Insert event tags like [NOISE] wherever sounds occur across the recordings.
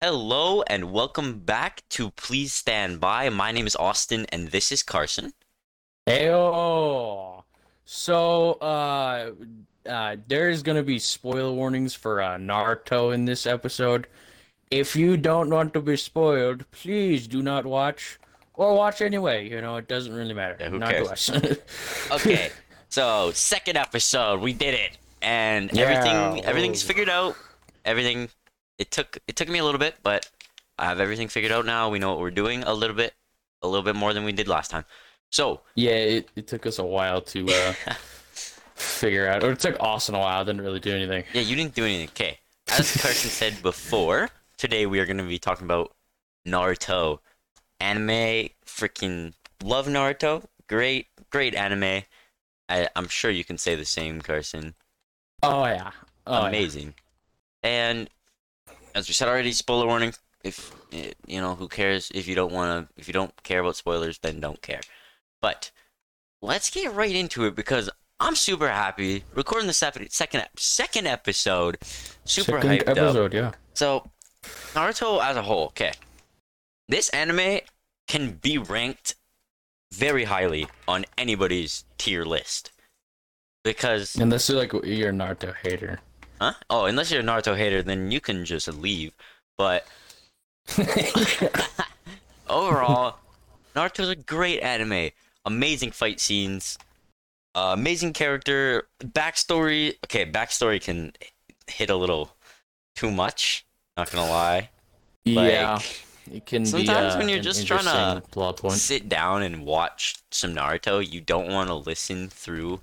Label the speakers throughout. Speaker 1: Hello and welcome back to Please Stand By. My name is Austin and this is Carson.
Speaker 2: Heyo. So, uh, uh, there is going to be spoiler warnings for uh, Naruto in this episode. If you don't want to be spoiled, please do not watch or watch anyway. You know, it doesn't really matter.
Speaker 1: Yeah, who
Speaker 2: not
Speaker 1: cares?
Speaker 2: to us.
Speaker 1: [LAUGHS] Okay, so second episode, we did it, and everything
Speaker 2: Yeah,
Speaker 1: everything's
Speaker 2: whoa.
Speaker 1: figured out. Everything it took it took me a little bit, but I have everything figured out now. We know what we're doing a little bit, a little bit more than we did last time. So
Speaker 2: [LAUGHS] yeah, it, it took us a while to
Speaker 1: [LAUGHS]
Speaker 2: uh, figure out, or it took Austin a while. Didn't really do anything.
Speaker 1: yeah, you didn't do anything. Okay, as Carson said before, today we are going to be talking about Naruto, anime. Freaking love Naruto. Great, great anime. I, I'm sure you can say the same, Carson.
Speaker 2: Oh yeah. Oh, yeah.
Speaker 1: amazing. And as we said already, spoiler warning. If eh, you know, who cares? If you don't want to, if you don't care about spoilers, then don't care. But let's get right into it because I'm super happy recording the second second second episode. Super
Speaker 2: Second
Speaker 1: hyped up.
Speaker 2: episode. Yeah.
Speaker 1: So, Naruto as a whole, okay. This anime can be ranked very highly on anybody's tier list because
Speaker 2: Unless you're like you're a Naruto
Speaker 1: [LAUGHS]
Speaker 2: hater.
Speaker 1: Huh? Oh, unless you're a Naruto hater, then you can just leave. But
Speaker 2: [LAUGHS]
Speaker 1: overall, Naruto's a great anime. Amazing fight scenes. Uh, amazing character. Backstory. Okay, backstory can hit a little too much. Not gonna lie.
Speaker 2: yeah. It can
Speaker 1: sometimes
Speaker 2: be, uh,
Speaker 1: when you're
Speaker 2: an
Speaker 1: just tryna
Speaker 2: interesting plot point.
Speaker 1: Sit down and watch some Naruto. You don't want to listen through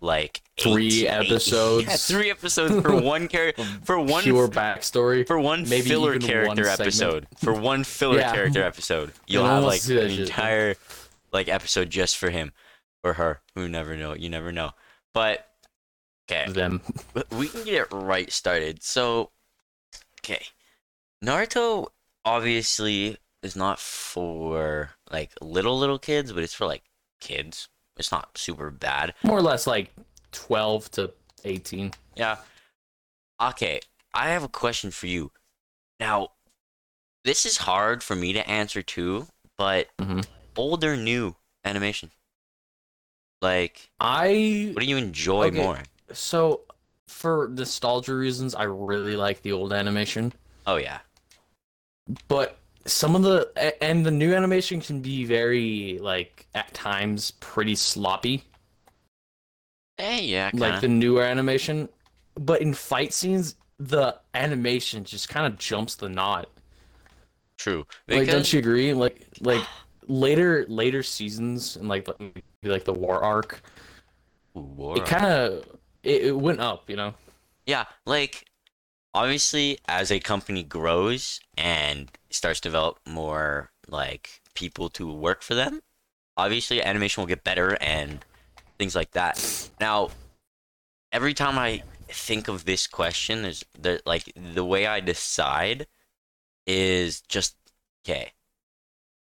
Speaker 1: like
Speaker 2: Three
Speaker 1: eight- [LAUGHS] eight-
Speaker 2: episodes.
Speaker 1: yeah, three episodes
Speaker 2: [LAUGHS]
Speaker 1: for one character. For one
Speaker 2: pure backstory.
Speaker 1: for one
Speaker 2: Maybe
Speaker 1: filler
Speaker 2: even
Speaker 1: character
Speaker 2: one segment.
Speaker 1: episode
Speaker 2: [LAUGHS]
Speaker 1: for one filler
Speaker 2: Yeah.
Speaker 1: character episode you'll
Speaker 2: I
Speaker 1: have
Speaker 2: wanna
Speaker 1: like
Speaker 2: see that
Speaker 1: an
Speaker 2: shit.
Speaker 1: entire like episode just for him or her who never know you never know but okay
Speaker 2: them.
Speaker 1: we can get right started so okay naruto obviously is not for like little little kids but it's for like kids it's not super bad
Speaker 2: More or less like 12 to 18.
Speaker 1: Yeah. Okay, I have a question for you. Now, this is hard for me to answer too, but
Speaker 2: Mhm.
Speaker 1: old or new animation? Like,
Speaker 2: I
Speaker 1: what do you enjoy
Speaker 2: Okay.
Speaker 1: more?
Speaker 2: so for nostalgia reasons, I really like the old animation,
Speaker 1: Oh yeah,
Speaker 2: but some of the a- and the new animation can be very like at times pretty sloppy,
Speaker 1: eh, yeah,
Speaker 2: like
Speaker 1: kind
Speaker 2: the
Speaker 1: of.
Speaker 2: newer animation, but in fight scenes the animation just kind of jumps the knot.
Speaker 1: True.
Speaker 2: Like,
Speaker 1: Because
Speaker 2: don't you agree? Like,
Speaker 1: [GASPS]
Speaker 2: like later, later seasons, and like, maybe like the war arc,
Speaker 1: War.
Speaker 2: it kind of it, it went up, you know.
Speaker 1: yeah, like obviously, as a company grows and starts to develop more like people to work for them, obviously animation will get better and things like that. Now, every time I think of this question, is the like the way I decide is just okay.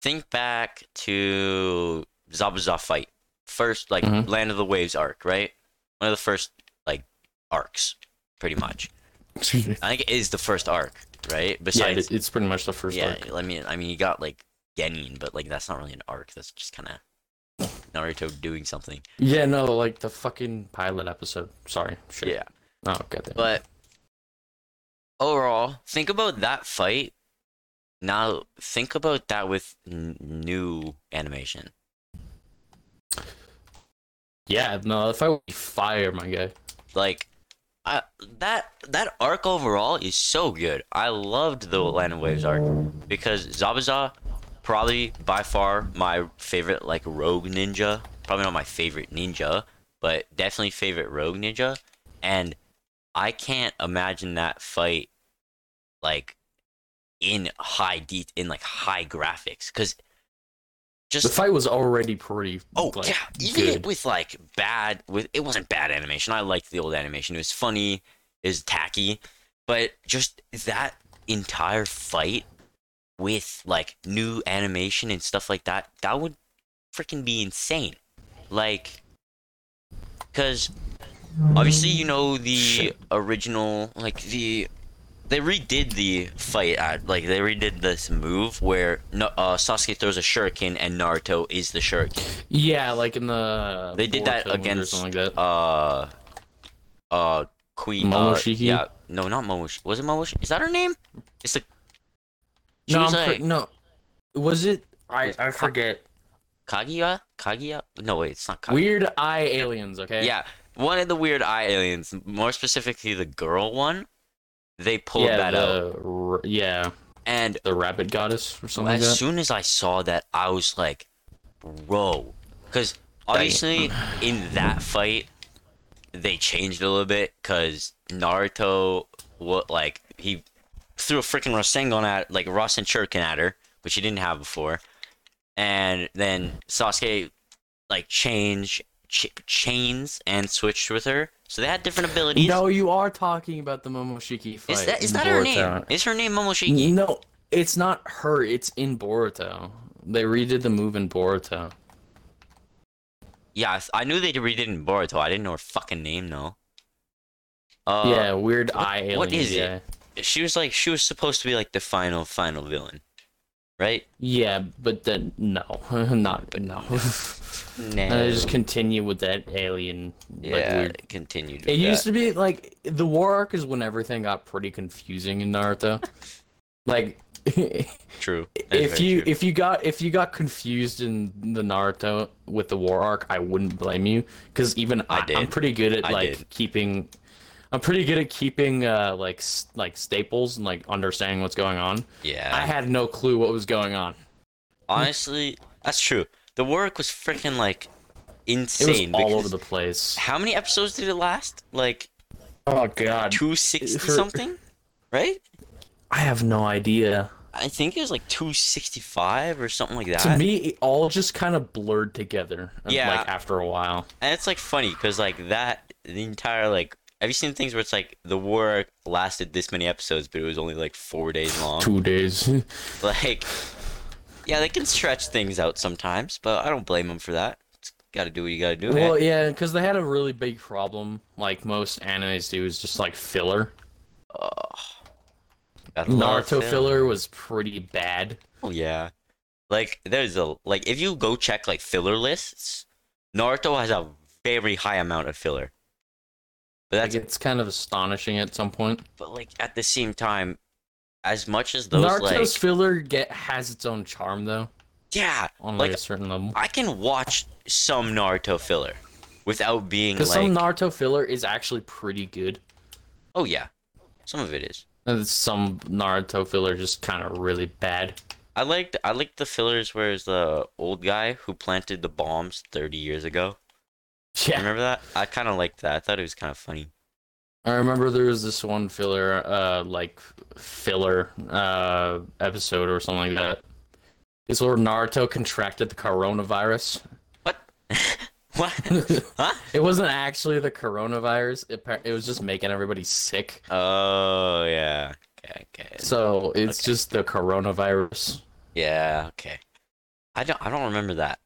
Speaker 1: Think back to Zabuza fight first, like
Speaker 2: Mhm.
Speaker 1: Land of the Waves arc, right? One of the first like arcs, pretty much.
Speaker 2: Excuse me.
Speaker 1: I think it is the first arc, right?
Speaker 2: [LAUGHS] Yeah, it-
Speaker 1: Besides,
Speaker 2: it's pretty much the first
Speaker 1: yeah,
Speaker 2: arc.
Speaker 1: I mean, I mean, you got like Genin, but like that's not really an arc. That's just kind of Naruto doing something.
Speaker 2: Yeah, no, like the fucking pilot episode. Sorry. Sure.
Speaker 1: Yeah,
Speaker 2: Oh, god damn.
Speaker 1: but overall, think about that fight. Now, think about that with n- new animation.
Speaker 2: yeah, no, if I would be fire, my guy.
Speaker 1: Like, I, that that arc overall is so good. I loved the Land of Waves arc because Zabuza, probably by far my favorite like rogue ninja. Probably not my favorite ninja, but definitely favorite rogue ninja. And I can't imagine that fight like in high de- in like high graphics because
Speaker 2: The
Speaker 1: just
Speaker 2: fight was already pretty.
Speaker 1: Oh
Speaker 2: like,
Speaker 1: yeah, even it
Speaker 2: good.
Speaker 1: with like bad with it wasn't bad animation. I liked the old animation. It was funny, it was tacky, but just that entire fight with like new animation and stuff like that, that would freaking be insane. Like cuz obviously you know the
Speaker 2: Shit.
Speaker 1: original like the they redid the fight. Uh, like they redid this move where no, uh, Sasuke throws a shuriken and Naruto is the shuriken.
Speaker 2: Yeah, like in the
Speaker 1: They did
Speaker 2: Boruto
Speaker 1: that
Speaker 2: movie or
Speaker 1: against-
Speaker 2: something like that.
Speaker 1: Uh, uh, Queen. uh,
Speaker 2: Momoshiki?
Speaker 1: yeah, no, not Momoshiki. Was it Momoshiki? Is that her name? It's the. She
Speaker 2: no,
Speaker 1: was
Speaker 2: I'm
Speaker 1: like
Speaker 2: pre- no. Was it? I I
Speaker 1: Huh.
Speaker 2: forget.
Speaker 1: Kaguya. Kaguya. No, wait, it's not Kaguya.
Speaker 2: Weird Eye Aliens. Okay.
Speaker 1: Yeah, one of the weird eye aliens, more specifically the girl one, they pulled
Speaker 2: yeah,
Speaker 1: that out.
Speaker 2: the, r- yeah,
Speaker 1: And
Speaker 2: the Rabbit Goddess or something
Speaker 1: as
Speaker 2: like that.
Speaker 1: soon as I saw that, I was like, "Bro," because obviously [SIGHS] in that fight they changed a little bit because Naruto, what like he threw a freaking Rasengan at like Rasen Shuriken at her, which he didn't have before, and then Sasuke like change ch- chains and switched with her, so they had different abilities.
Speaker 2: No, you are talking about the Momoshiki fight.
Speaker 1: is that is
Speaker 2: in
Speaker 1: that her name?
Speaker 2: Boruto.
Speaker 1: Is her name Momoshiki?
Speaker 2: No, it's not her. It's in Boruto. They redid the move in Boruto.
Speaker 1: Yeah, I th- I knew they redid it in Boruto. I didn't know her fucking name though. Uh,
Speaker 2: yeah, weird eye aliens.
Speaker 1: what is it?
Speaker 2: yeah.
Speaker 1: she was like she was supposed to be like the final final villain, right?
Speaker 2: Yeah, but then no, [LAUGHS] not no. [LAUGHS]
Speaker 1: Nah.
Speaker 2: I just continue with that alien. like,
Speaker 1: yeah,
Speaker 2: weird-
Speaker 1: it continued.
Speaker 2: It
Speaker 1: with
Speaker 2: used
Speaker 1: that.
Speaker 2: to be like the war arc is when everything got pretty confusing in
Speaker 1: [LAUGHS]
Speaker 2: Naruto. like, [LAUGHS]
Speaker 1: true. That is
Speaker 2: if
Speaker 1: very
Speaker 2: you
Speaker 1: true.
Speaker 2: if you got if you got confused in the Naruto with the war arc, I wouldn't blame you because even I, am
Speaker 1: did.
Speaker 2: pretty good at
Speaker 1: I
Speaker 2: like
Speaker 1: did.
Speaker 2: keeping. I'm pretty good at keeping uh, like s- like staples and like understanding what's going on.
Speaker 1: yeah,
Speaker 2: I had no clue what was going on.
Speaker 1: honestly, that's true. The work was freaking like
Speaker 2: It was
Speaker 1: insane.
Speaker 2: all
Speaker 1: because
Speaker 2: over the place.
Speaker 1: How many episodes did it last? Like
Speaker 2: Oh god,
Speaker 1: two sixty
Speaker 2: For-
Speaker 1: something, right?
Speaker 2: I have no idea.
Speaker 1: I think it was like two sixty five or something like that.
Speaker 2: To me, it all just kind of blurred together. uh,
Speaker 1: Yeah.
Speaker 2: Like after a while.
Speaker 1: And it's like funny because like that the entire like have you seen things where it's like the war lasted this many episodes but it was only like four days long?
Speaker 2: Two days.
Speaker 1: [LAUGHS] like yeah, they can stretch things out sometimes, but I don't blame them for that. It's got to do what you got to do.
Speaker 2: well,
Speaker 1: man.
Speaker 2: yeah, because they had a really big problem, like most animes do, is just like filler.
Speaker 1: Gotta love
Speaker 2: Naruto
Speaker 1: film.
Speaker 2: filler was pretty bad.
Speaker 1: Oh, yeah. Like there's a like if you go check like filler lists, Naruto has a very high amount of filler. But that's
Speaker 2: Like, it's kind of astonishing at some point.
Speaker 1: but like at the same time, as much as those
Speaker 2: Naruto's
Speaker 1: like
Speaker 2: filler get has its own charm though,
Speaker 1: yeah,
Speaker 2: on like,
Speaker 1: like
Speaker 2: a certain level.
Speaker 1: I can watch some Naruto filler without being like,
Speaker 2: Because some Naruto filler is actually pretty good.
Speaker 1: oh yeah, some of it is.
Speaker 2: And some Naruto filler just kind of really bad. [LAUGHS]
Speaker 1: I liked I liked the fillers where it's the old guy who planted the bombs thirty years ago.
Speaker 2: Yeah.
Speaker 1: Remember that? I kind of liked that. I thought it was kind of funny.
Speaker 2: I remember there was this one filler, uh, like filler, uh, episode or something like that. It's where Naruto contracted the coronavirus. [LAUGHS]
Speaker 1: What? [LAUGHS] what? huh?
Speaker 2: It wasn't actually the coronavirus. It par- it was just making everybody sick.
Speaker 1: Oh yeah. Okay. Okay.
Speaker 2: So it's
Speaker 1: Okay.
Speaker 2: just the coronavirus.
Speaker 1: Yeah. Okay. I don't. I don't remember that.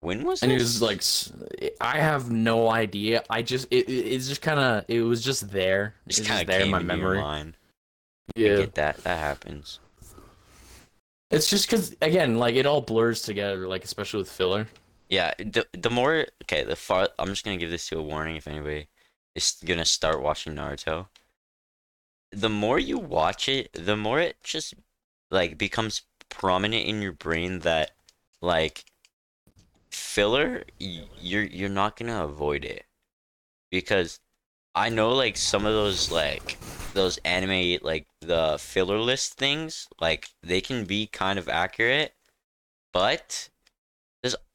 Speaker 1: When was
Speaker 2: And
Speaker 1: it?
Speaker 2: it was like, s- I have no idea. I just it, it it's just kind of it was just there. It's
Speaker 1: just
Speaker 2: just,
Speaker 1: kind of
Speaker 2: there in my
Speaker 1: into your
Speaker 2: memory.
Speaker 1: mind. I
Speaker 2: Yeah.
Speaker 1: get that. That happens.
Speaker 2: It's just because again, like it all blurs together, like especially with filler.
Speaker 1: Yeah, the the more okay, the far I'm just gonna give this to a warning if anybody is gonna start watching Naruto. The more you watch it, the more it just like becomes prominent in your brain that like filler y- you're you're not gonna avoid it because I know like some of those like those anime like the filler list things like they can be kind of accurate, but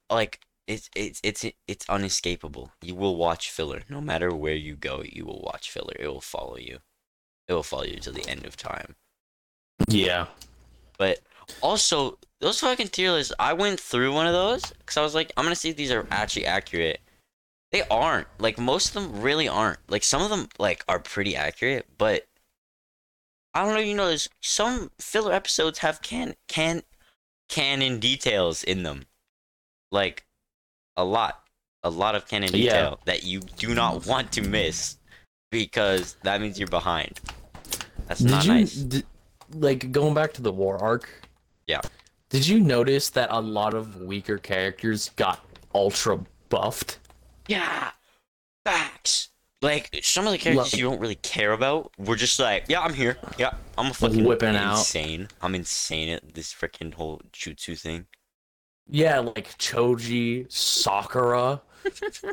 Speaker 1: like it's it's it's it's unescapable. You will watch filler no matter where you go. You will watch filler. It will follow you. It will follow you to the end of time.
Speaker 2: Yeah.
Speaker 1: But also those fucking tier lists. I went through one of those because I was like, I'm gonna see if these are actually accurate. They aren't. Like most of them really aren't. Like some of them like are pretty accurate, but I don't know. if You know, there's some filler episodes have can can canon details in them, like a lot, a lot of canon
Speaker 2: Yeah.
Speaker 1: detail that you do not want to miss because that means you're behind. That's
Speaker 2: Did
Speaker 1: not
Speaker 2: you
Speaker 1: nice.
Speaker 2: d- like going back to the war arc?
Speaker 1: Yeah.
Speaker 2: Did you notice that a lot of weaker characters got ultra buffed?
Speaker 1: Yeah. Facts. Like some of the characters
Speaker 2: Like-
Speaker 1: you don't really care about, we're just like, yeah, I'm here. Yeah, I'm a fucking
Speaker 2: Whipping out.
Speaker 1: insane. I'm insane at this freaking whole jutsu thing.
Speaker 2: Yeah, like
Speaker 1: [LAUGHS]
Speaker 2: Choji, Sakura.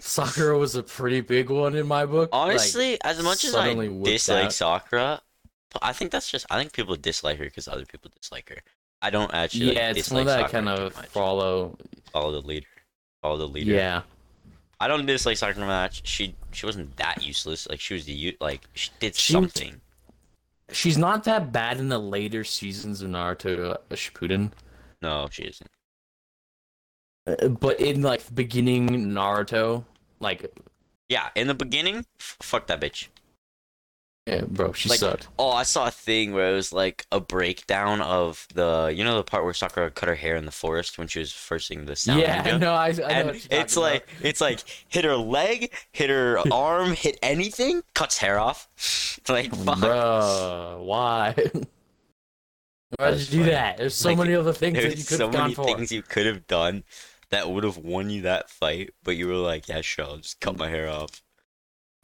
Speaker 2: Sakura was a pretty big one in my book. like-
Speaker 1: Honestly, as much as I
Speaker 2: suddenly whipped
Speaker 1: dislike
Speaker 2: out.
Speaker 1: Sakura, I think that's just I think people dislike her because other people dislike her. I don't actually. like,
Speaker 2: yeah, it's
Speaker 1: dislike
Speaker 2: one that I
Speaker 1: Sakura
Speaker 2: kind
Speaker 1: too
Speaker 2: of
Speaker 1: much.
Speaker 2: follow.
Speaker 1: follow the leader. Follow the leader.
Speaker 2: Yeah.
Speaker 1: I don't dislike Sakura much. She she wasn't that useless. Like she was the u- like she did
Speaker 2: She was-
Speaker 1: something.
Speaker 2: She's not that bad in the later seasons of Naruto uh, Shippuden,
Speaker 1: No, she isn't.
Speaker 2: Uh, but in like beginning Naruto, like,
Speaker 1: Yeah, in the beginning, f- fuck that bitch.
Speaker 2: yeah, eh, bro, she
Speaker 1: Like,
Speaker 2: sucked.
Speaker 1: Oh, I saw a thing where it was like a breakdown of the you know the part where Sakura cut her hair in the forest when she was first seeing the sound.
Speaker 2: Yeah, [LAUGHS]
Speaker 1: ninja?
Speaker 2: no, I, I know. what
Speaker 1: And
Speaker 2: you're
Speaker 1: it's
Speaker 2: talking
Speaker 1: like it's like hit her leg, hit
Speaker 2: [LAUGHS]
Speaker 1: her arm, hit anything, cuts hair off. [LAUGHS] It's like
Speaker 2: about.
Speaker 1: fuck.
Speaker 2: Bruh, why? [LAUGHS] Why
Speaker 1: That's
Speaker 2: did you do
Speaker 1: funny.
Speaker 2: that? There's so
Speaker 1: Like,
Speaker 2: many other things that you
Speaker 1: There's
Speaker 2: could
Speaker 1: so
Speaker 2: have gone
Speaker 1: many
Speaker 2: for.
Speaker 1: things you could have done that would have won you that fight, but you were like, yeah, sure, I'll just cut my hair off.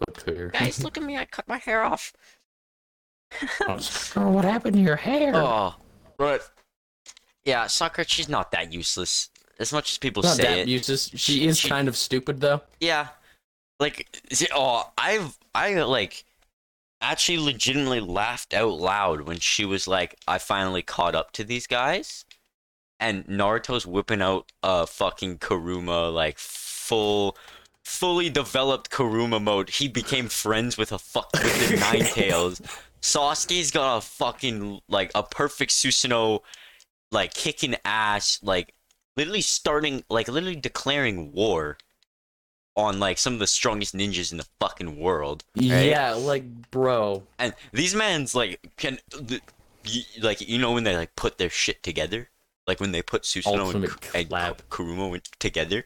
Speaker 2: Look here.
Speaker 1: [LAUGHS] Guys, look at me, I cut my hair
Speaker 2: [LAUGHS]
Speaker 1: off.
Speaker 2: Oh, Sakura, what happened to your hair?
Speaker 1: Oh, but yeah, Sakura, she's not that useless. As much as people
Speaker 2: Not
Speaker 1: say
Speaker 2: that
Speaker 1: it,
Speaker 2: useless.
Speaker 1: She-
Speaker 2: She is
Speaker 1: she-
Speaker 2: kind of stupid though.
Speaker 1: yeah. Like, is it- oh, I've I like actually legitimately laughed out loud when she was like, "I finally caught up to these guys," and Naruto's whipping out a fucking Karuma like full. Fully developed Karuma mode. He became friends with a fuck with the Nine Tails. Sasuke's got a fucking like a perfect Susanoo, like kicking ass, like literally starting, like literally declaring war on like some of the strongest ninjas in the fucking world. right?
Speaker 2: Yeah, like bro.
Speaker 1: and these men's like can, th- y- like you know when they like put their shit together, like when they put Susanoo and,
Speaker 2: Ultimate
Speaker 1: and
Speaker 2: collab.
Speaker 1: Kuruma in- together,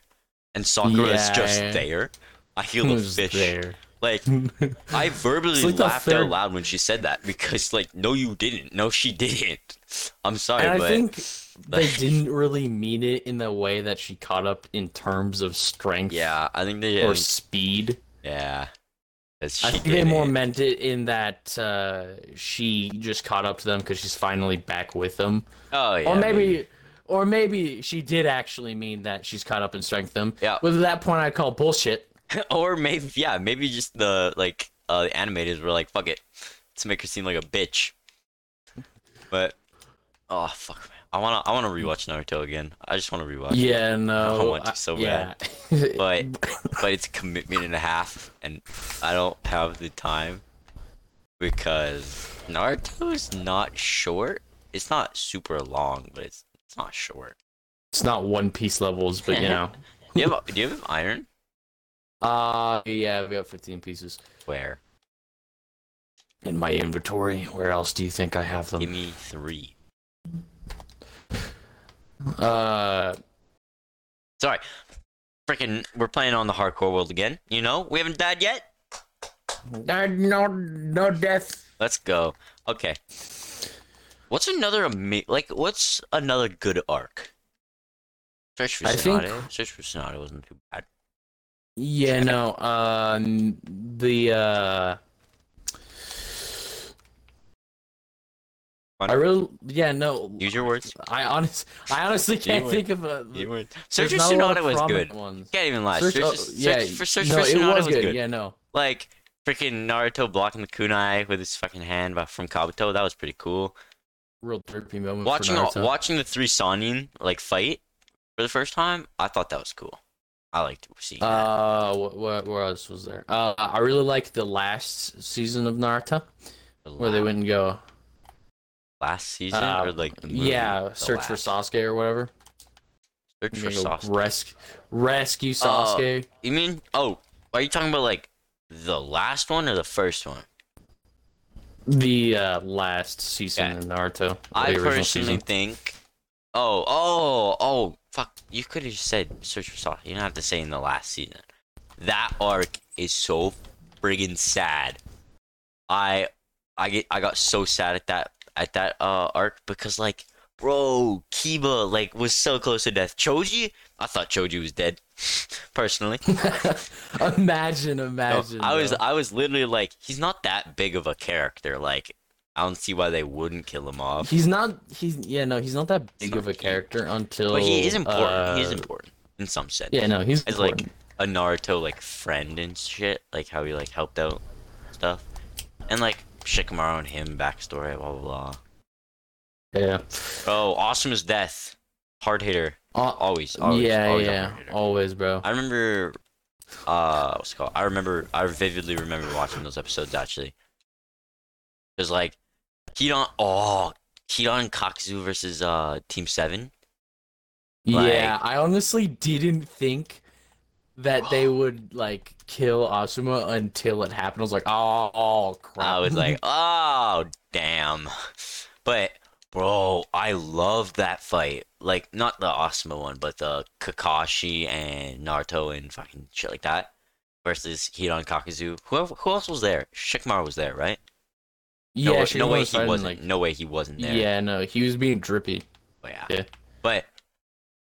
Speaker 1: and Sakura is just
Speaker 2: Yeah.
Speaker 1: there. I feel the
Speaker 2: Who's
Speaker 1: fish.
Speaker 2: there?
Speaker 1: [LAUGHS] Like I verbally
Speaker 2: [LAUGHS] It's like the
Speaker 1: laughed out
Speaker 2: third-
Speaker 1: loud when she said that because, like, no, you didn't. No, she didn't. [LAUGHS] I'm sorry,
Speaker 2: and I
Speaker 1: but [LAUGHS]
Speaker 2: think they didn't really mean it in the way that she caught up in terms of strength
Speaker 1: yeah, I think they,
Speaker 2: or speed.
Speaker 1: yeah, That's- she
Speaker 2: I think they more
Speaker 1: didn't.
Speaker 2: meant it in that uh, she just caught up to them because she's finally back with them,
Speaker 1: Oh yeah,
Speaker 2: or maybe, or maybe she did actually mean that she's caught up and strength them.
Speaker 1: Yeah.
Speaker 2: Whether that point I call bullshit.
Speaker 1: [LAUGHS] or maybe yeah, maybe just the like uh, the animators were like, "Fuck it, let's make her seem like a bitch." But oh fuck, man. I wanna I wanna rewatch Naruto again. I just wanna rewatch. it.
Speaker 2: Yeah, no.
Speaker 1: I want to so
Speaker 2: yeah.
Speaker 1: bad.
Speaker 2: [LAUGHS]
Speaker 1: But but it's a commitment and a half, and I don't have the time because Naruto is not short. It's not super long, but it's it's not short.
Speaker 2: it's not One Piece levels, but
Speaker 1: [LAUGHS]
Speaker 2: you know.
Speaker 1: Do you have do you have iron?
Speaker 2: Uh yeah, we got 15 pieces
Speaker 1: Where?
Speaker 2: in my inventory. Where else do you think I have
Speaker 1: Give
Speaker 2: them?
Speaker 1: me three.
Speaker 2: Uh,
Speaker 1: Sorry. Freaking, we're playing on the hardcore world again. You know, we haven't died yet.
Speaker 2: no, no death.
Speaker 1: Let's go. Okay. What's another ama- like? What's another good arc? Search for
Speaker 2: I think-
Speaker 1: Sonata. Search for Sonata wasn't too bad.
Speaker 2: Yeah, no. Um, the uh, I really, yeah, no.
Speaker 1: Use your words.
Speaker 2: I honest, I honestly can't
Speaker 1: were-
Speaker 2: think of a.
Speaker 1: Use your words.
Speaker 2: there's
Speaker 1: Search for
Speaker 2: not
Speaker 1: Sonata
Speaker 2: a lot of
Speaker 1: was
Speaker 2: prominent
Speaker 1: good.
Speaker 2: Ones.
Speaker 1: Can't even lie. Search,
Speaker 2: Search,
Speaker 1: for-
Speaker 2: oh, yeah,
Speaker 1: search for search
Speaker 2: no,
Speaker 1: for
Speaker 2: it
Speaker 1: Sonata
Speaker 2: was good. Yeah, no.
Speaker 1: Like freaking Naruto blocking the kunai with his fucking hand by, from Kabuto. That was pretty cool.
Speaker 2: Real derpy moment.
Speaker 1: Watching
Speaker 2: for Naruto.
Speaker 1: watching the three Sonin like fight for the first time, I thought that was cool. I liked seeing that.
Speaker 2: Uh, what, what, what else was there? Uh, I really liked the last season of Naruto
Speaker 1: The
Speaker 2: where they
Speaker 1: la-
Speaker 2: went and go,
Speaker 1: last season
Speaker 2: uh,
Speaker 1: or like the movie?
Speaker 2: yeah,
Speaker 1: The
Speaker 2: search for
Speaker 1: last.
Speaker 2: Sasuke or whatever.
Speaker 1: Search
Speaker 2: And
Speaker 1: for
Speaker 2: they go,
Speaker 1: Sasuke.
Speaker 2: Rescue, rescue Sasuke.
Speaker 1: You mean? Oh, are you talking about like the last one or the first one?
Speaker 2: the uh, last season
Speaker 1: Yeah.
Speaker 2: of Naruto.
Speaker 1: I
Speaker 2: the original
Speaker 1: personally
Speaker 2: season. [LAUGHS]
Speaker 1: think. Oh, oh, oh! Fuck! You could have said search for Sasuke. You don't have to say in the last season. That arc is so friggin' sad. I I get I got so sad at that at that uh arc because like bro Kiba like was so close to death. Choji, I thought Choji was dead, [LAUGHS] personally.
Speaker 2: imagine,
Speaker 1: No,
Speaker 2: imagine.
Speaker 1: I was uh,
Speaker 2: though.
Speaker 1: I was literally like, he's not that big of a character. Like, I don't see why they wouldn't kill him off.
Speaker 2: He's not. He's yeah. No, he's not that big
Speaker 1: not
Speaker 2: of a character until.
Speaker 1: But he is important. he is
Speaker 2: uh,
Speaker 1: important in some sense.
Speaker 2: Yeah. No, he's
Speaker 1: As like
Speaker 2: important.
Speaker 1: a Naruto like friend and shit, like how he like helped out stuff, and like Shikamaru and him backstory, blah blah blah.
Speaker 2: Yeah.
Speaker 1: Oh, awesome is death. Hard hitter,
Speaker 2: Uh,
Speaker 1: always, always,
Speaker 2: yeah.
Speaker 1: always a
Speaker 2: yeah.
Speaker 1: hard hitter.
Speaker 2: Always, bro.
Speaker 1: I remember, uh, what's it called? I remember, I vividly remember watching those episodes actually. Cause like, Hidon, oh, Hidon and Kakuzu versus uh Team Seven. like-
Speaker 2: yeah. I honestly didn't think that they would like kill Asuma until it happened. I was like, oh, oh crap.
Speaker 1: I was like, oh damn, but bro, I love that fight. Like not the Asuma one, but the Kakashi and Naruto and fucking shit like that versus Hidon and Kakuzu. Who who else was there? Shikamaru was there, right?
Speaker 2: [LAUGHS] yeah.
Speaker 1: no,
Speaker 2: she
Speaker 1: no way
Speaker 2: was
Speaker 1: he
Speaker 2: fighting,
Speaker 1: wasn't.
Speaker 2: Like,
Speaker 1: no way he wasn't there.
Speaker 2: yeah. No, he was
Speaker 1: [GASPS]
Speaker 2: being drippy.
Speaker 1: But yeah.
Speaker 2: Yeah.
Speaker 1: But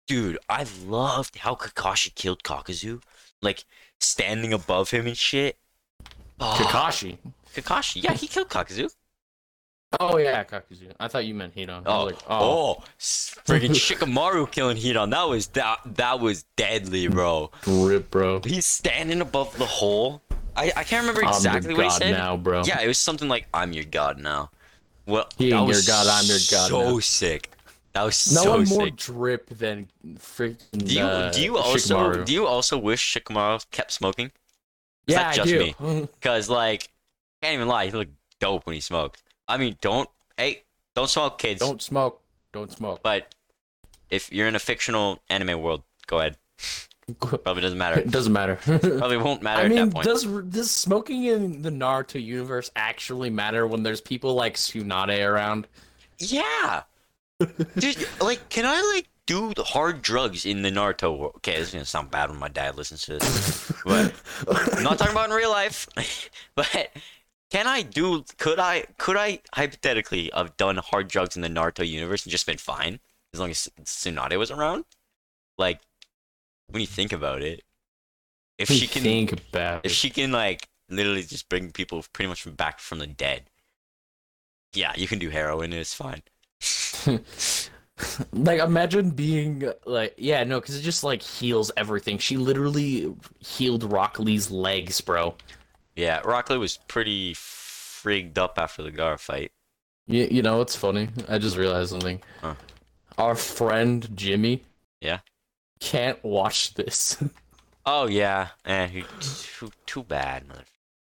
Speaker 1: dude, I loved how Kakashi killed Kakuzu, like standing above him and shit. Oh,
Speaker 2: Kakashi.
Speaker 1: Kakashi, yeah, he killed Kakuzu.
Speaker 2: Oh yeah, Kakuzu. I thought you meant Hidon. I
Speaker 1: Oh,
Speaker 2: was like, oh.
Speaker 1: oh, s- friggin' Shikamaru killing Hidon. That was that that was deadly, bro.
Speaker 2: Rip, bro.
Speaker 1: He's standing above the hole. I, I can't remember
Speaker 2: I'm the
Speaker 1: exactly what he
Speaker 2: god
Speaker 1: said.
Speaker 2: now, bro.
Speaker 1: Yeah, it was something like "I'm your god now." Well,
Speaker 2: He
Speaker 1: that
Speaker 2: ain't your
Speaker 1: was
Speaker 2: god, I'm your god
Speaker 1: So
Speaker 2: now.
Speaker 1: sick. That was
Speaker 2: No
Speaker 1: so
Speaker 2: one
Speaker 1: sick.
Speaker 2: more drip than freaking.
Speaker 1: Do you
Speaker 2: uh,
Speaker 1: do you also
Speaker 2: Shikamaru.
Speaker 1: do you also wish Shikamaru kept smoking?
Speaker 2: yeah,
Speaker 1: not
Speaker 2: I
Speaker 1: just
Speaker 2: do.
Speaker 1: Cause like can't even lie, he looked dope when he smoked. I mean, don't hey, don't smoke, kids.
Speaker 2: [LAUGHS] Don't smoke. Don't smoke.
Speaker 1: But if you're in a fictional anime world, go ahead. Probably doesn't
Speaker 2: [LAUGHS]
Speaker 1: matter.
Speaker 2: it doesn't matter.
Speaker 1: Probably won't matter
Speaker 2: I
Speaker 1: at
Speaker 2: mean,
Speaker 1: that point.
Speaker 2: does does smoking in the Naruto universe actually matter when there's people like Tsunade around?
Speaker 1: Yeah, dude. Like, can I like do the hard drugs in the Naruto world? Okay, this is gonna sound bad when my dad listens to this, [LAUGHS] but I'm
Speaker 2: [LAUGHS]
Speaker 1: not talking about in real life. [LAUGHS] but can I do? Could I? Could I hypothetically have done hard drugs in the Naruto universe and just been fine as long as Tsunade was around? Like, when you think about it, if she can,
Speaker 2: think about
Speaker 1: if
Speaker 2: it.
Speaker 1: she can like literally just bring people pretty much from back from the dead yeah you can do heroin it's fine
Speaker 2: [LAUGHS] like imagine being like yeah no because it just like heals everything. She literally healed Rock Lee's legs, bro.
Speaker 1: yeah rockley was pretty frigged up after the gar fight
Speaker 2: You, you know, it's funny. I just realized something.
Speaker 1: Huh.
Speaker 2: Our friend Jimmy.
Speaker 1: Yeah?
Speaker 2: Can't watch this.
Speaker 1: oh yeah eh, he- too, too bad mother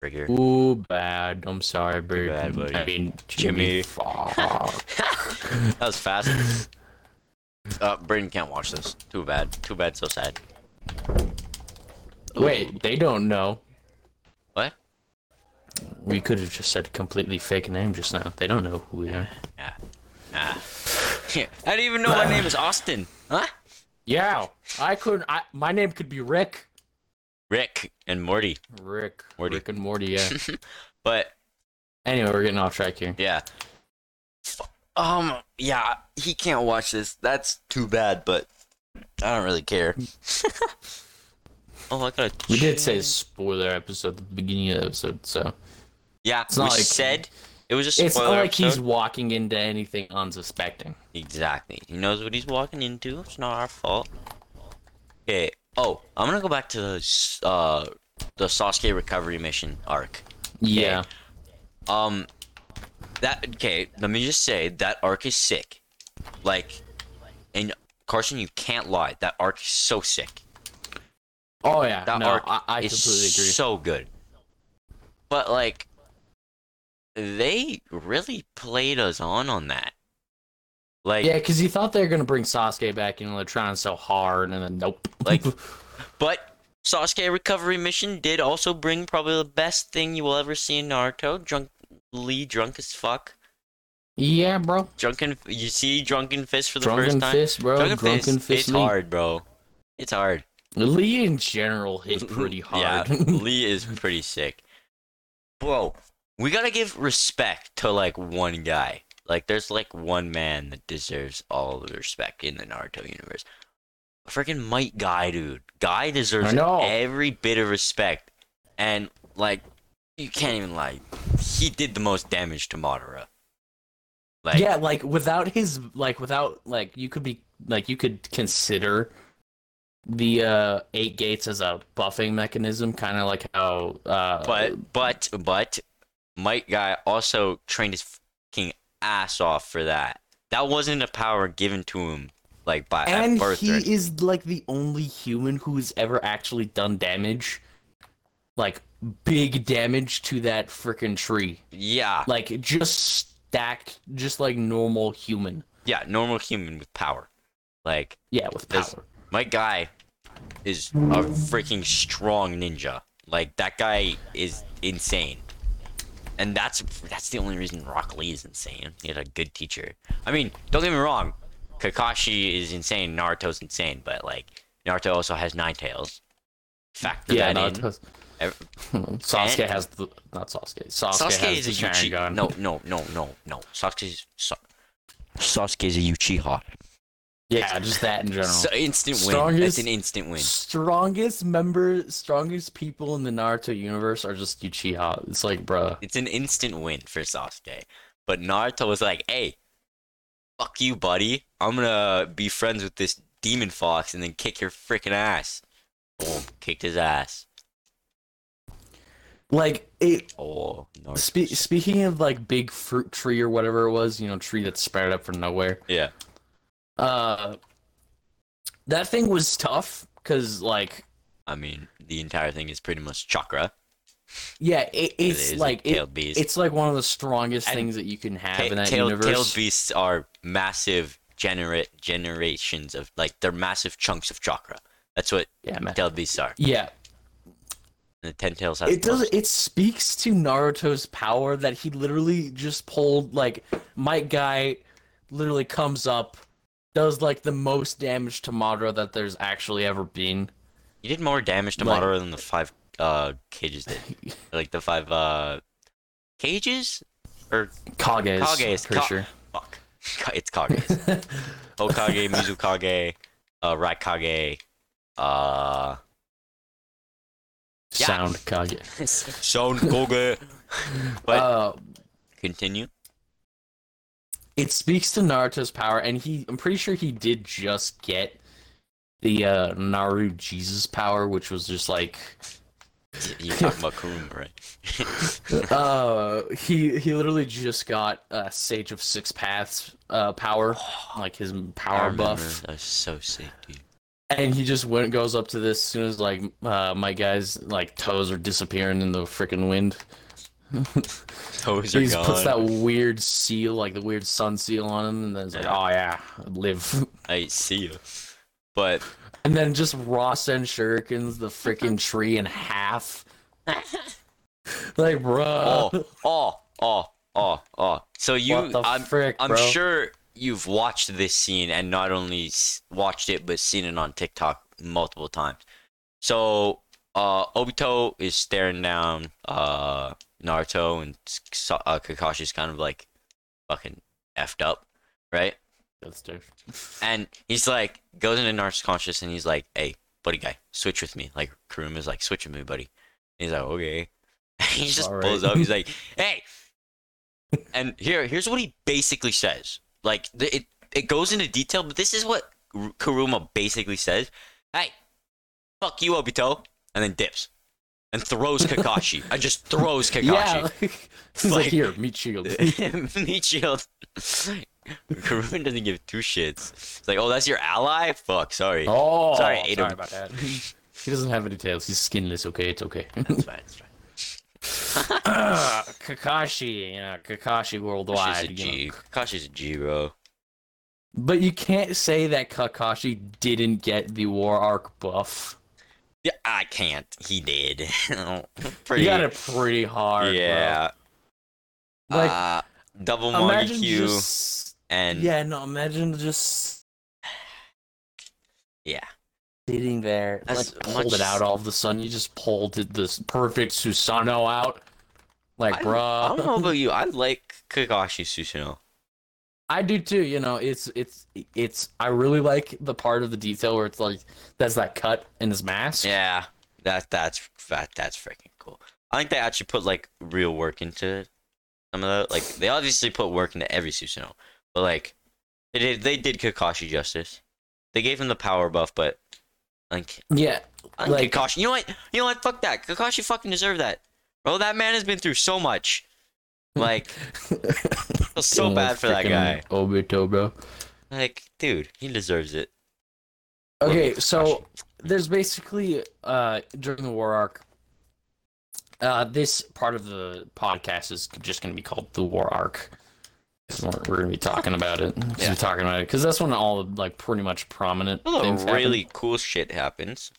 Speaker 1: frigger
Speaker 2: Ooh, bad. I'm sorry, bro.
Speaker 1: bad, buddy.
Speaker 2: I mean, Jimmy.
Speaker 1: Jimmy. [LAUGHS]
Speaker 2: Fuck.
Speaker 1: that was
Speaker 2: [LAUGHS]
Speaker 1: fast uh braden can't watch this too bad too bad so sad
Speaker 2: Wait, they don't know.
Speaker 1: what
Speaker 2: We could have just said completely fake name just now. They don't know who we are.
Speaker 1: ah. [LAUGHS] i didn't even know my name is austin huh
Speaker 2: Yeah, I couldn't. I, my name could be Rick.
Speaker 1: rick and morty
Speaker 2: Rick.
Speaker 1: Morty.
Speaker 2: Rick and Morty. Yeah. [LAUGHS]
Speaker 1: but
Speaker 2: anyway, we're getting off track here.
Speaker 1: Yeah. Um. Yeah, he can't watch this. That's too bad. But I don't really care. [LAUGHS] oh, I gotta.
Speaker 2: We did say
Speaker 1: check.
Speaker 2: spoiler episode at the beginning of the episode, so.
Speaker 1: Yeah,
Speaker 2: it's
Speaker 1: we
Speaker 2: not like-
Speaker 1: said it was a spoiler.
Speaker 2: It's not like he's
Speaker 1: episode.
Speaker 2: walking into anything unsuspecting.
Speaker 1: exactly. He knows what he's walking into. It's not our fault. Okay. Oh, I'm gonna go back to the s- uh the Sasuke recovery mission arc.
Speaker 2: Yeah.
Speaker 1: Um, that okay. Let me just say that arc is sick. Like, and Carson, you can't lie. That arc is so sick.
Speaker 2: Oh yeah.
Speaker 1: That
Speaker 2: no,
Speaker 1: arc
Speaker 2: I, I
Speaker 1: It's
Speaker 2: completely agree.
Speaker 1: so good. But like, they really played us on on that. Like,
Speaker 2: yeah, because you thought they were gonna bring Sasuke back, you know, they're trying so hard, and then nope. [LAUGHS]
Speaker 1: Like- but Sasuke recovery mission did also bring probably the best thing you will ever see in Naruto. Drunk Lee, drunk as fuck.
Speaker 2: yeah, bro.
Speaker 1: Drunken, you see drunken fist for the
Speaker 2: Drunken
Speaker 1: first time.
Speaker 2: fist, bro. Drunken, fist.
Speaker 1: it's
Speaker 2: Lee.
Speaker 1: hard, bro. It's hard. [LAUGHS]
Speaker 2: Lee in general hit pretty hard. [LAUGHS]
Speaker 1: Yeah, Lee is pretty sick, bro. we gotta give respect to like one guy. Like there's like one man that deserves all the respect in the Naruto universe. Freaking Might Guy, dude. Guy
Speaker 2: I
Speaker 1: deserves
Speaker 2: know.
Speaker 1: every bit of respect, and like you can't even like he did the most damage to Madara. Like
Speaker 2: yeah, like without his like without like you could be like you could consider the uh eight gates as a buffing mechanism, kind of like how uh
Speaker 1: But but but Mike guy also trained his fucking ass off for that. That wasn't a power given to him like by at
Speaker 2: and
Speaker 1: birth. or
Speaker 2: he
Speaker 1: anything.
Speaker 2: is like the only human who's ever actually done damage like big damage to that freaking tree.
Speaker 1: yeah,
Speaker 2: Like just stacked just like normal human.
Speaker 1: yeah, normal human with power. Like
Speaker 2: Yeah, with power.
Speaker 1: This- Mike guy is a freaking strong ninja. Like that guy is insane. And that's that's the only reason Rock Lee is insane. He had a good teacher. I mean, don't get me wrong, Kakashi is insane, Naruto's insane, but like Naruto also has nine tails. Factor
Speaker 2: yeah,
Speaker 1: that in.
Speaker 2: Naruto's-
Speaker 1: Ev-
Speaker 2: [LAUGHS] Sasuke
Speaker 1: And-
Speaker 2: has the not Sasuke. Sasuke,
Speaker 1: Sasuke
Speaker 2: has
Speaker 1: is
Speaker 2: the
Speaker 1: a
Speaker 2: Sharingan. [LAUGHS]
Speaker 1: Uchiha. No, no, no, no, no. Sasuke's Sa- Sasuke is a Uchiha.
Speaker 2: Yeah, just that in general.
Speaker 1: So instant win. That's
Speaker 2: Strongest-
Speaker 1: an instant win.
Speaker 2: strongest member, strongest people in the Naruto universe are just Uchiha. It's like, bruh.
Speaker 1: It's an instant win for Sasuke. But Naruto was like, hey, fuck you, buddy. I'm gonna be friends with this demon fox and then kick your freaking ass. Boom, kicked his ass.
Speaker 2: Like it.
Speaker 1: Oh, Naruto.
Speaker 2: Spe- speaking of like big fruit tree or whatever it was, you know, tree that sprouted up from nowhere.
Speaker 1: yeah.
Speaker 2: Uh, that thing was tough because like,
Speaker 1: I mean, the entire thing is pretty much chakra.
Speaker 2: yeah, it,
Speaker 1: It
Speaker 2: it's
Speaker 1: is
Speaker 2: like it,
Speaker 1: tailed beast.
Speaker 2: it's like one of the strongest
Speaker 1: And
Speaker 2: things that you can have
Speaker 1: Ta-
Speaker 2: in that
Speaker 1: tailed,
Speaker 2: universe.
Speaker 1: tailed beasts are massive genera- generations of like they're massive chunks of chakra. That's what
Speaker 2: yeah, man.
Speaker 1: tailed beasts are.
Speaker 2: Yeah,
Speaker 1: And the ten tails has
Speaker 2: it
Speaker 1: the most-
Speaker 2: does it speaks to naruto's power that he literally just pulled like mike guy literally comes up does like the most damage to madara that there's actually ever been [LAUGHS]
Speaker 1: You did more damage to
Speaker 2: Like-
Speaker 1: Madara than the five uh cages did. like the five uh cages or
Speaker 2: kage's
Speaker 1: Kage's,
Speaker 2: for
Speaker 1: Ka- [LAUGHS]
Speaker 2: sure
Speaker 1: fuck. It's Kage's.
Speaker 2: [LAUGHS]
Speaker 1: Okage, Mizukage, uh Raikage, uh Yeah.
Speaker 2: sound
Speaker 1: [LAUGHS]
Speaker 2: kage
Speaker 1: Sound
Speaker 2: [LAUGHS]
Speaker 1: Koge. But-
Speaker 2: uh,
Speaker 1: Continue.
Speaker 2: it speaks to naruto's power and he i'm pretty sure he did just get the uh naru jesus power which was just like
Speaker 1: You're talking about Kuruma, right?
Speaker 2: uh he he literally just got uh sage of six paths uh power like his
Speaker 1: I
Speaker 2: [LAUGHS] power
Speaker 1: remember.
Speaker 2: buff
Speaker 1: That was so sick, dude.
Speaker 2: and he just went goes up to this as soon as like uh my guy's like toes are disappearing in the freaking wind
Speaker 1: Toes are
Speaker 2: he
Speaker 1: gone.
Speaker 2: puts that weird seal like the weird sun seal on him and then it's like
Speaker 1: Yeah.
Speaker 2: oh yeah live [LAUGHS]
Speaker 1: I see you. But
Speaker 2: and then just raw send shurikens the freaking tree in half like bro
Speaker 1: oh, oh, oh, oh, oh. So you,
Speaker 2: Uh, what the
Speaker 1: I'm,
Speaker 2: frick
Speaker 1: I'm
Speaker 2: bro?
Speaker 1: sure you've watched this scene and not only s- watched it but seen it on TikTok multiple times. So uh, Obito is staring down uh, Naruto and S- Sa- uh, Kakashi's kind of like fucking effed up, right?
Speaker 2: That's different.
Speaker 1: And he's like goes into Naruto's conscious and he's like, "Hey, buddy guy, switch with me." Like Kuruma's like, "Switch with me, buddy." And he's like, "Okay." [LAUGHS] he just
Speaker 2: All
Speaker 1: pulls
Speaker 2: right.
Speaker 1: up. He's
Speaker 2: [LAUGHS]
Speaker 1: like, "Hey." and here, here's what he basically says. Like the, it, it goes into detail, but this is what Ru- Kuruma basically says. Hey, fuck you, Obito, and then dips and throws Kakashi. and just throws [LAUGHS] Kakashi.
Speaker 2: [LAUGHS] yeah like, he's like
Speaker 1: Like-
Speaker 2: here
Speaker 1: [LAUGHS]
Speaker 2: meat shield
Speaker 1: meat shield. Karun doesn't give two shits. It's like, oh, that's your ally? Fuck, sorry.
Speaker 2: [LAUGHS] Oh,
Speaker 1: Sorry, ate him.
Speaker 2: about that. [LAUGHS] he doesn't have any tails. He's skinless. Okay, it's okay. [LAUGHS]
Speaker 1: That's fine, that's fine. Ah,
Speaker 2: Kakashi, you know, Kakashi
Speaker 1: Kakashi's a
Speaker 2: worldwide. You
Speaker 1: G.
Speaker 2: know.
Speaker 1: Kakashi's a G, bro.
Speaker 2: But you can't say that Kakashi didn't get the war arc buff.
Speaker 1: Yeah, I can't. He did. [LAUGHS]
Speaker 2: He
Speaker 1: Pretty.
Speaker 2: got it pretty hard.
Speaker 1: yeah.
Speaker 2: bro. Like,
Speaker 1: uh, double
Speaker 2: imagine
Speaker 1: Monty Q
Speaker 2: just.
Speaker 1: and yeah.
Speaker 2: Yeah, no, imagine just
Speaker 1: yeah.
Speaker 2: sitting there.
Speaker 1: That's
Speaker 2: like, pulled
Speaker 1: much-
Speaker 2: it out all of a sudden. You just pulled it- this perfect Susanoo out. Like,
Speaker 1: I,
Speaker 2: bruh.
Speaker 1: I don't know about you. I like Kakashi Susanoo.
Speaker 2: I do too. You know, it's it's it's. I really like the part of the detail where it's like that's that cut in his mask.
Speaker 1: Yeah, that that's that, that's freaking cool. I think they actually put like real work into some of that. Like they obviously put work into every Susanoo, but like they did they did Kakashi justice. They gave him the power buff, but like
Speaker 2: Yeah.
Speaker 1: I
Speaker 2: Like-
Speaker 1: like Kakashi, you know what? You know what? Fuck that. Kakashi fucking deserved that, bro. That man has been through so
Speaker 2: [LAUGHS]
Speaker 1: much. Like, I feel [LAUGHS] so
Speaker 2: Oh,
Speaker 1: bad for that
Speaker 2: freaking
Speaker 1: guy.
Speaker 2: Obito, bro.
Speaker 1: Like, dude, he deserves it.
Speaker 2: Okay,
Speaker 1: Little
Speaker 2: so there's basically uh during the war arc. Uh, this part of the podcast is just going to be called the war arc. 'Cause We're, we're going to be talking about it. 'Cause
Speaker 1: Yeah.
Speaker 2: We're talking about it because that's when all the like pretty much prominent
Speaker 1: A lot
Speaker 2: things
Speaker 1: of
Speaker 2: happen.
Speaker 1: really cool shit happens.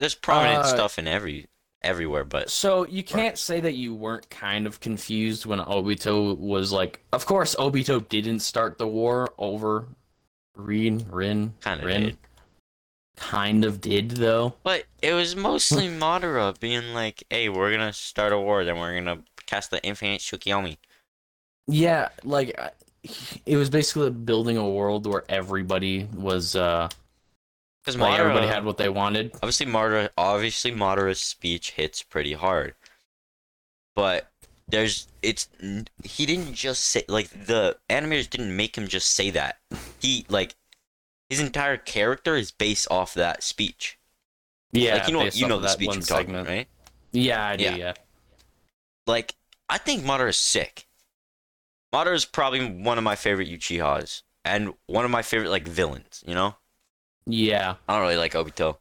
Speaker 1: There's prominent
Speaker 2: Uh,
Speaker 1: stuff in every everywhere, but
Speaker 2: So you can't say that you weren't kind of confused when Obito was like, of course Obito didn't start the war over Rin, Rin,
Speaker 1: Kinda
Speaker 2: Rin.
Speaker 1: did.
Speaker 2: Kind of did though.
Speaker 1: but it was mostly Madara being like, "Hey, we're gonna start a war, then we're gonna cast the infinite Shukiomi."
Speaker 2: Yeah, like I- it was basically building a world where everybody was uh
Speaker 1: Because Madara,
Speaker 2: like everybody had what they wanted.
Speaker 1: obviously Madara obviously Madara's speech hits pretty hard. But there's it's he didn't just say like the animators didn't make him just say that. He like his entire character is based off that speech.
Speaker 2: Yeah,
Speaker 1: like you know
Speaker 2: based
Speaker 1: you
Speaker 2: off
Speaker 1: know
Speaker 2: of
Speaker 1: the
Speaker 2: that
Speaker 1: speech
Speaker 2: one
Speaker 1: I'm talking
Speaker 2: segment.
Speaker 1: about, right?
Speaker 2: Yeah, I do, yeah.
Speaker 1: Yeah. Like I think Madara's sick. Madara's probably one of my favorite Uchihas and one of my favorite like villains, you know?
Speaker 2: Yeah.
Speaker 1: I don't really like Obito.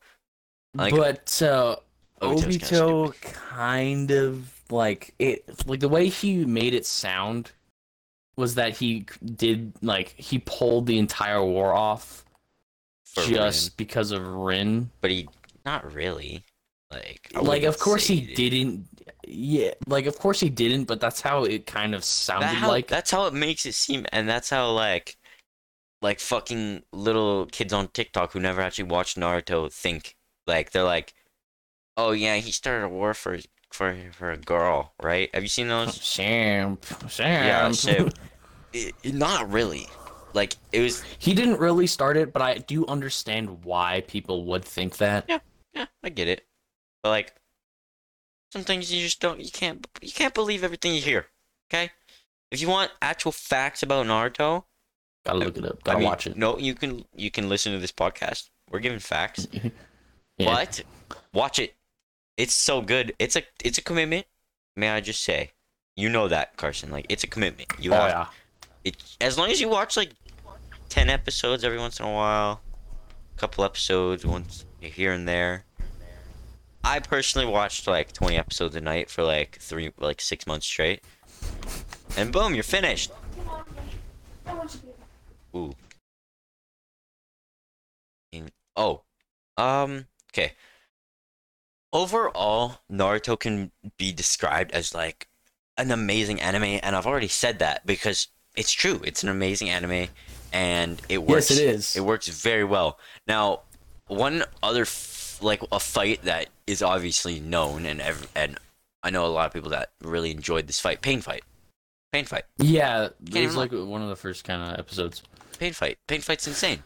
Speaker 1: Like-
Speaker 2: but uh
Speaker 1: Obito's Oh, kinda
Speaker 2: Obito kind of like it like the way he made it sound was that he did like he pulled the entire war off
Speaker 1: For
Speaker 2: just
Speaker 1: Rin,
Speaker 2: because of Rin.
Speaker 1: but he not really. Like I
Speaker 2: like of
Speaker 1: wouldn't
Speaker 2: course
Speaker 1: say
Speaker 2: he didn't yeah, like of course he didn't, but that's how it kind of sounded
Speaker 1: That how-
Speaker 2: like. [LAUGHS]
Speaker 1: that's how it makes it seem, and that's how like, like fucking little kids on TikTok who never actually watched Naruto think like they're like, oh yeah, he started a war for for for a girl, right? Have you seen those?
Speaker 2: Sam, Sam.
Speaker 1: yeah, so Um, [LAUGHS] it, it- not really. Like it was.
Speaker 2: [LAUGHS] He didn't really start it, but I do understand why people would think that.
Speaker 1: Yeah, I get it, but like, some things you just don't. You can't. You can't believe everything you hear. Okay, if you want actual facts about Naruto,
Speaker 2: Gotta look it up. Gotta
Speaker 1: I mean,
Speaker 2: watch it.
Speaker 1: No, you can you can listen to this podcast. We're giving facts.
Speaker 2: Yeah.
Speaker 1: But watch it. It's so good. It's a it's a commitment. May I just say, you know that Carson. Like it's a commitment. You
Speaker 2: Oh
Speaker 1: have
Speaker 2: yeah.
Speaker 1: it as long as you watch like ten episodes every once in a while, couple episodes once here and there. I personally watched like twenty episodes a night for like three like six months straight, and boom, you're finished. Ooh. In- Oh. Um. Okay. Overall, Naruto can be described as like an amazing anime, and I've already said that because it's true. It's an amazing anime, and it works.
Speaker 2: yes, it is.
Speaker 1: It works very well. Now, one other f- like a fight that is obviously known, and ev- and I know a lot of people that really enjoyed this fight, pain fight, pain fight,
Speaker 2: Yeah, it
Speaker 1: Can't
Speaker 2: was
Speaker 1: even
Speaker 2: like one of the first kind of episodes.
Speaker 1: pain fight, pain fight's insane.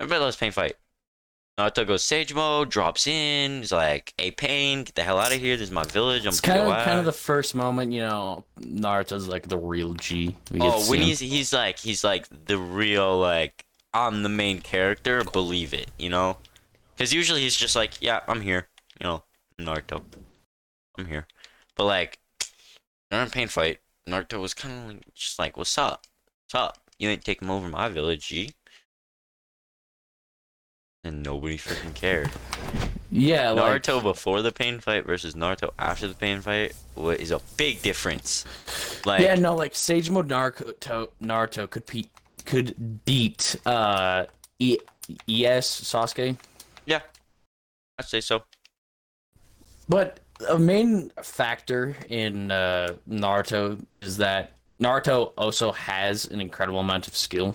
Speaker 1: Everybody loves pain fight. Naruto goes sage mode, drops in, is like, "Hey, pain, get the hell out of here! This is my village. I'm
Speaker 2: It's kind of
Speaker 1: DOI."
Speaker 2: kind of the first moment, you know, Naruto's like the real G. We get to
Speaker 1: Oh,
Speaker 2: see
Speaker 1: when
Speaker 2: him.
Speaker 1: he's he's like he's like the real like I'm the main character, believe it, you know? Because usually he's just like, yeah, I'm here, you know, Naruto, I'm here. But like during pain fight, Naruto was kind of like, just like, what's up, what's up? You ain't taking over my village, G. And nobody freaking cared.
Speaker 2: yeah, like
Speaker 1: Naruto before the pain fight versus Naruto after the pain fight wa- is a big difference. Like,
Speaker 2: yeah, no, like Sage Mode Naruto Naruto could pe- could beat uh e- ES Sasuke,
Speaker 1: yeah, I'd say so.
Speaker 2: but a main factor in uh Naruto is that Naruto also has an incredible amount of skill.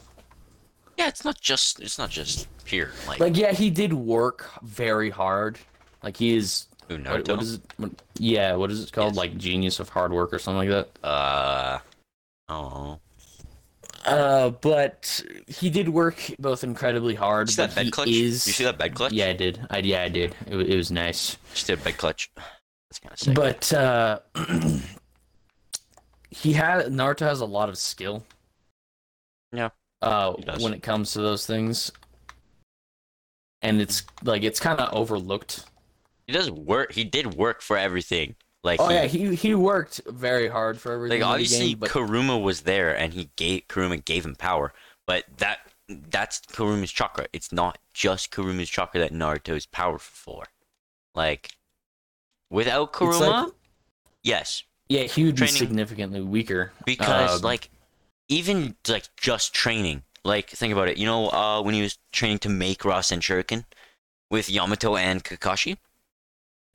Speaker 1: Yeah, it's not just it's not just pure like,
Speaker 2: Like, yeah, he did work very hard. Like he is
Speaker 1: Who knows?
Speaker 2: What, what is it? What, yeah, what is it called?
Speaker 1: Yes.
Speaker 2: Like Genius of Hard Work or something like that.
Speaker 1: Uh, oh,
Speaker 2: Uh, but he did work both incredibly hard.
Speaker 1: you see that
Speaker 2: but he
Speaker 1: bed clutch?
Speaker 2: Is...
Speaker 1: You see that bed clutch?
Speaker 2: Yeah, I did. I yeah, I did. It, wa- it was nice.
Speaker 1: she did a bed clutch. That's kind of sick.
Speaker 2: But uh, [CLEARS THROAT] he had Naruto has a lot of skill.
Speaker 1: Yeah.
Speaker 2: Uh,
Speaker 1: He does.
Speaker 2: when it comes to those things, and it's like it's kind of overlooked.
Speaker 1: he does work. He did work for everything. Like
Speaker 2: Oh
Speaker 1: he,
Speaker 2: yeah, he he worked very hard for everything.
Speaker 1: like
Speaker 2: in the
Speaker 1: obviously
Speaker 2: game, but
Speaker 1: Karuma was there and he gave Karuma gave him power, but that that's Karuma's chakra. It's not just Karuma's chakra that Naruto is powerful for. Like without
Speaker 2: It's like-
Speaker 1: Karuma, yes,
Speaker 2: yeah, he would
Speaker 1: training-
Speaker 2: be significantly weaker
Speaker 1: because
Speaker 2: Um,
Speaker 1: like even like just training like think about it you know uh when he was training to make Rasen Shuriken with Yamato and Kakashi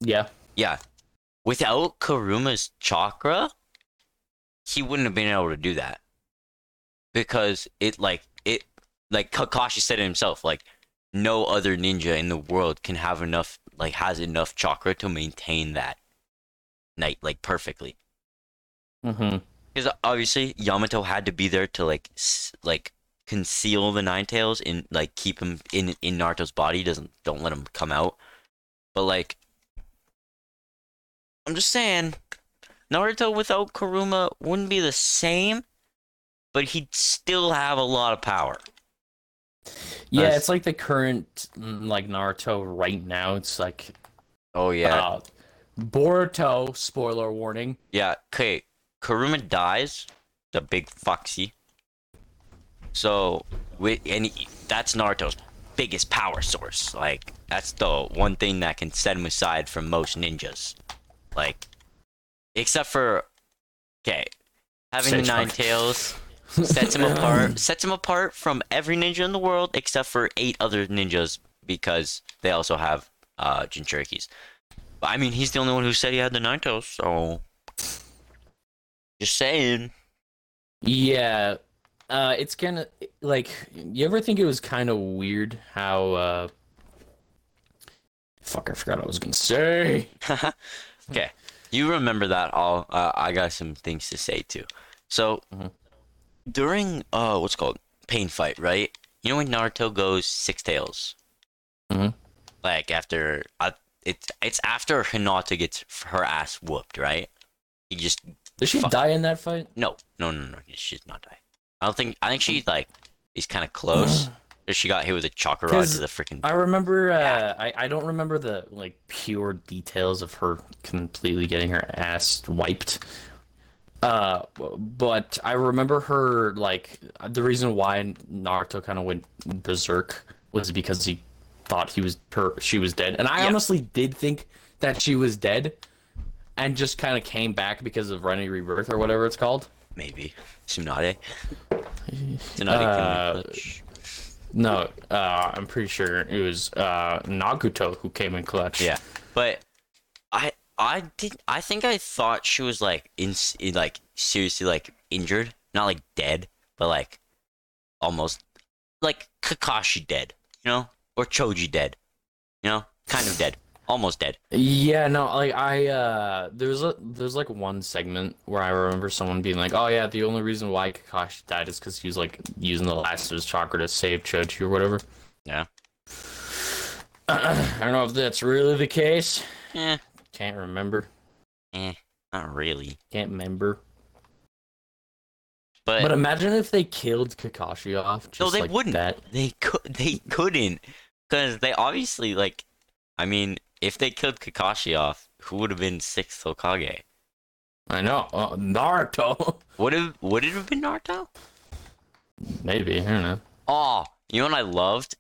Speaker 2: Yeah,
Speaker 1: yeah without Karuma's chakra he wouldn't have been able to do that because it like it like Kakashi said it himself like no other ninja in the world can have enough like has enough chakra to maintain that night like perfectly
Speaker 2: hmm
Speaker 1: because obviously Yamato had to be there to like s- like conceal the Nine Tails and like keep him in in Naruto's body. Doesn't don't let him come out. But like, I'm just saying, Naruto without Kuruma wouldn't be the same. But he'd still have a lot of power.
Speaker 2: yeah.
Speaker 1: Nice.
Speaker 2: It's like the current mm, like Naruto right now. It's like
Speaker 1: Oh
Speaker 2: uh, Boruto. Spoiler warning.
Speaker 1: yeah. Okay, Kuruma dies. The big foxy. So, with and he- that's Naruto's biggest power source. Like that's the one thing that can set him aside from most ninjas. Like, except for okay, having the
Speaker 2: Sedge
Speaker 1: nine
Speaker 2: Hawk. [LAUGHS]
Speaker 1: tails sets him apart. Sets him apart from every ninja in the world except for eight other ninjas because they also have uh Jinchurikis. But I mean, he's the only one who said he had the nine tails. So, just saying.
Speaker 2: Yeah. Uh, it's kind of like you ever think it was kind of weird how uh fuck I forgot what I was gonna say.
Speaker 1: okay, you remember that all? Uh, I got some things to say too. So
Speaker 2: Mhm.
Speaker 1: during uh, what's it called pain fight, right? You know when Naruto goes six tails,
Speaker 2: Mhm.
Speaker 1: like after uh, it's it's after Hinata gets her ass whooped, right? He just
Speaker 2: Did she
Speaker 1: Fuck.
Speaker 2: die in that fight?
Speaker 1: no, no, no, no. She's not die. I don't think. I think she like is kind of close. she got hit with a chakra rod to
Speaker 2: Because
Speaker 1: the freaking.
Speaker 2: I remember uh I, I don't remember the like pure details of her completely getting her ass wiped. Uh but I remember her like the reason why Naruto kind of went berserk was because he thought he was her she was dead. And I
Speaker 1: Yeah.
Speaker 2: honestly did think that she was dead and just kind of came back because of running rebirth or whatever it's called.
Speaker 1: Maybe Tsunade. Tsunade.
Speaker 2: Uh,
Speaker 1: can-
Speaker 2: No, uh I'm pretty sure it was uh Naguto who came in clutch.
Speaker 1: Yeah, but I I did I think I thought she was like in, in like seriously like injured, not like dead, but like almost like Kakashi dead, you know, or Choji dead, you know, kind of dead, almost dead.
Speaker 2: Yeah, no, like I uh there's a there's like one segment where I remember someone being like, "Oh yeah, the only reason why Kakashi died is cuz he was like using the last of his chakra to save Choji or whatever."
Speaker 1: Yeah.
Speaker 2: [CLEARS THROAT] I don't know if that's really the case.
Speaker 1: Eh,
Speaker 2: Can't remember.
Speaker 1: not really.
Speaker 2: Can't remember.
Speaker 1: But, uh,
Speaker 2: But imagine if they killed Kakashi off just
Speaker 1: no, they
Speaker 2: like
Speaker 1: wouldn't.
Speaker 2: that.
Speaker 1: They could. They couldn't, because they obviously like. I mean, if they killed Kakashi off, who would have been sixth Hokage?
Speaker 2: I know. Uh, Naruto. [LAUGHS]
Speaker 1: Would have? Would it have been Naruto?
Speaker 2: Maybe, I don't know.
Speaker 1: Oh, you know what I loved?